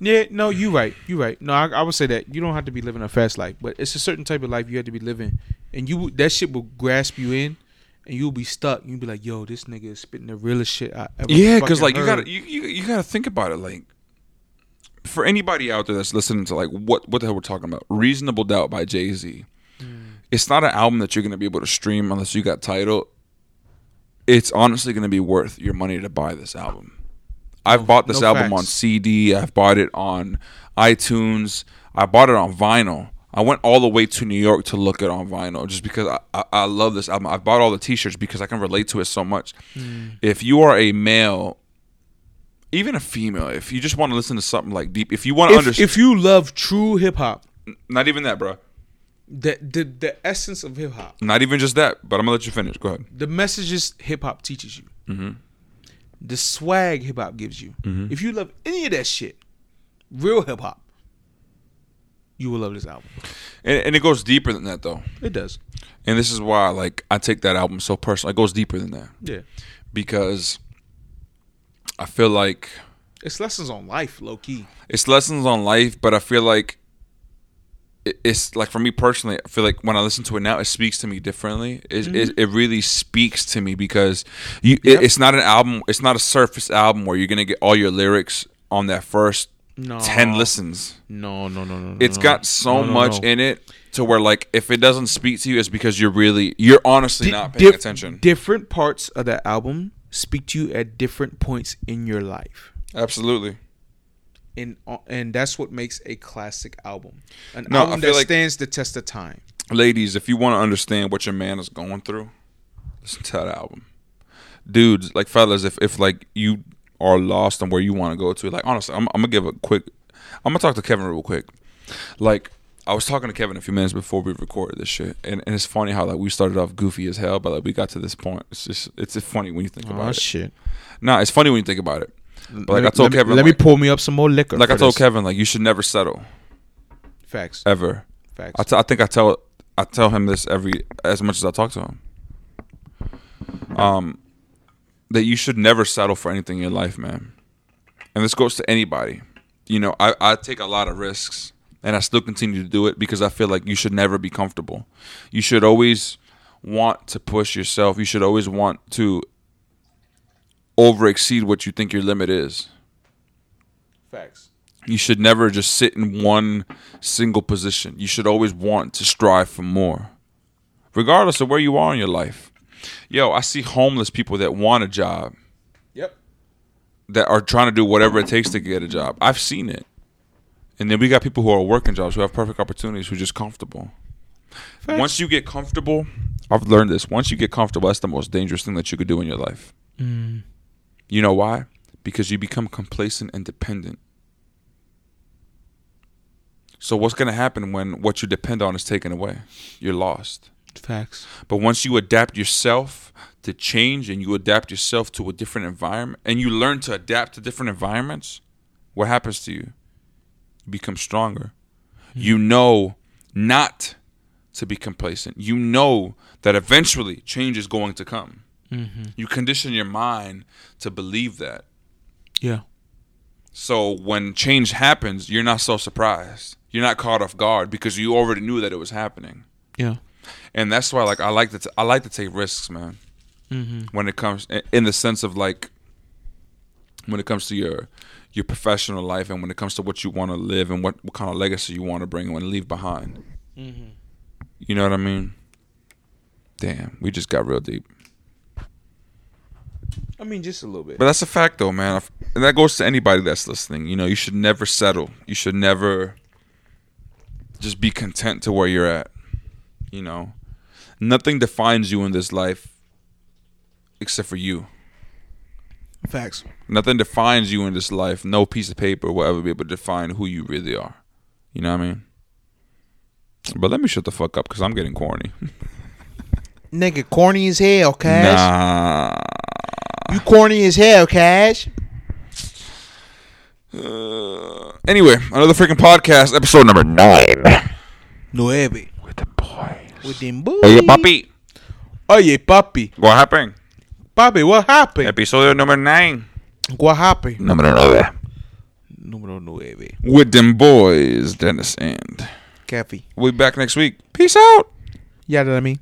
S4: Yeah, no, you right, you right. No, I, I would say that you don't have to be living a fast life, but it's a certain type of life you have to be living, and you that shit will grasp you in, and you'll be stuck. You'll be like, yo, this nigga is spitting the realest shit I ever.
S2: Yeah, because like you
S4: fucking heard.
S2: gotta you, you you gotta think about it. Like for anybody out there that's listening to like what what the hell we're talking about, "Reasonable Doubt" by Jay Z.
S4: Mm.
S2: It's not an album that you're gonna be able to stream unless you got title. It's honestly gonna be worth your money to buy this album. I've bought this
S4: no
S2: album on
S4: facts.
S2: CD. I've bought it on iTunes. I bought it on vinyl. I went all the way to New York to look it on vinyl just because I, I, I love this album. I bought all the t shirts because I can relate to it so much.
S4: Hmm.
S2: If you are a male, even a female, if you just want to listen to something like deep, if you want to
S4: if,
S2: understand,
S4: if you love true hip hop,
S2: not even that, bro.
S4: that the the essence of hip hop.
S2: Not even just that, but I'm going to let you finish. Go ahead.
S4: Mm-hmm. the messages hip hop teaches you. the swag hip hop gives you. If you love any of that shit, real hip hop, you will love this album.
S2: And, and it goes deeper than that though.
S4: It does.
S2: And this is why like I take that album so personal. It goes deeper than that
S4: Yeah.
S2: because I feel like
S4: It's lessons on life, low key.
S2: it's lessons on life, but I feel like it- it's like for me personally, I feel like when I listen to it now, it speaks to me differently. It
S4: Mm-hmm.
S2: it, it really speaks to me because you it, it's not an album, it's not a surface album where you're gonna get all your lyrics on that first
S4: No.
S2: ten listens.
S4: No, no, no, no.
S2: It's
S4: no,
S2: got
S4: no.
S2: so
S4: No, no,
S2: much
S4: no.
S2: in it to where like if it doesn't speak to you, it's because you're really you're honestly
S4: Di-
S2: not paying
S4: dif-
S2: attention.
S4: Different parts of that album speak to you at different points in your life.
S2: Absolutely.
S4: And, uh, and that's what makes a classic album. An
S2: No, I
S4: album that
S2: feel like-
S4: stands the test of time.
S2: ladies, if you want to understand what your man is going through, listen to that album. Dudes, like fellas, if if like you are lost on where you want to go to, like honestly, I'm, I'm gonna give a quick. I'm gonna talk to Kevin real quick. Like I was talking to Kevin a few minutes before we recorded this shit, and, and it's funny how like we started off goofy as hell, but like we got to this point. It's just it's funny when you think about it.
S4: shit.
S2: Nah, it's funny when you think about it. But like
S4: Oh, Let me-
S2: I told
S4: let me-
S2: Kevin,
S4: let me
S2: like,
S4: pull me up some more liquor.
S2: like I
S4: for
S2: told
S4: this.
S2: Kevin, like you should never settle
S4: Facts.
S2: ever.
S4: Facts.
S2: I, t- I think I tell I tell him this every as much as I talk to him. Um, that you should never settle for anything in your life, man. And this goes to anybody. You know, I, I take a lot of risks, and I still continue to do it because I feel like you should never be comfortable. You should always want to push yourself. You should always want to over exceed what you think your limit is
S4: Facts.
S2: you should never just sit in one single position. You should always want to strive for more, regardless of where you are in your life. Yo, I see homeless people that want a job
S4: Yep.
S2: that are trying to do whatever it takes to get a job. I've seen it. And then we got people who are working jobs who have perfect opportunities who are just comfortable. Once you get comfortable, I've learned this. Once you get comfortable, that's the most dangerous thing that you could do in your life. You know why? Because you become complacent and dependent. So what's going to happen when what you depend on is taken away? You're lost.
S4: Facts.
S2: But once you adapt yourself to change and you adapt yourself to a different environment and you learn to adapt to different environments, what happens to you? You become stronger. You know not to be complacent. You know that eventually change is going to come. You condition your mind to believe that.
S4: Yeah.
S2: So when change happens, you're not so surprised. You're not caught off guard because you already knew that it was happening
S4: Yeah.
S2: and that's why like I like to t- I like to take risks, man. When it comes in- in the sense of like when it comes to your your professional life and when it comes to what you want to live and what, what kind of legacy you want to bring and leave behind. You know what I mean? Damn, we just got real deep.
S4: I mean, just a little bit.
S2: But that's a fact, though, man. I've- And that goes to anybody that's listening. You know, you should never settle. You should never just be content to where you're at. You know, nothing defines you in this life except for you.
S3: Facts.
S2: Nothing defines you in this life. No piece of paper will ever be able to define who you really are. You know what I mean? But let me shut the fuck up because I'm getting corny.
S7: Nigga, corny as hell, Cash.
S2: Nah.
S7: You corny as hell, Cash.
S2: Uh, anyway, another freaking podcast, episode number nine.
S3: Nueve.
S7: With them boo.
S2: Hey, papi.
S4: Oh yeah, papi.
S2: What happened?
S4: Papi, what happened?
S2: Episodio número 9.
S4: What happened?
S2: Número 9.
S4: Numero nueve.
S2: With them boys, Dennis and.
S4: Cappy.
S2: We'll be back next week. Peace out.
S4: Yeah, that I mean.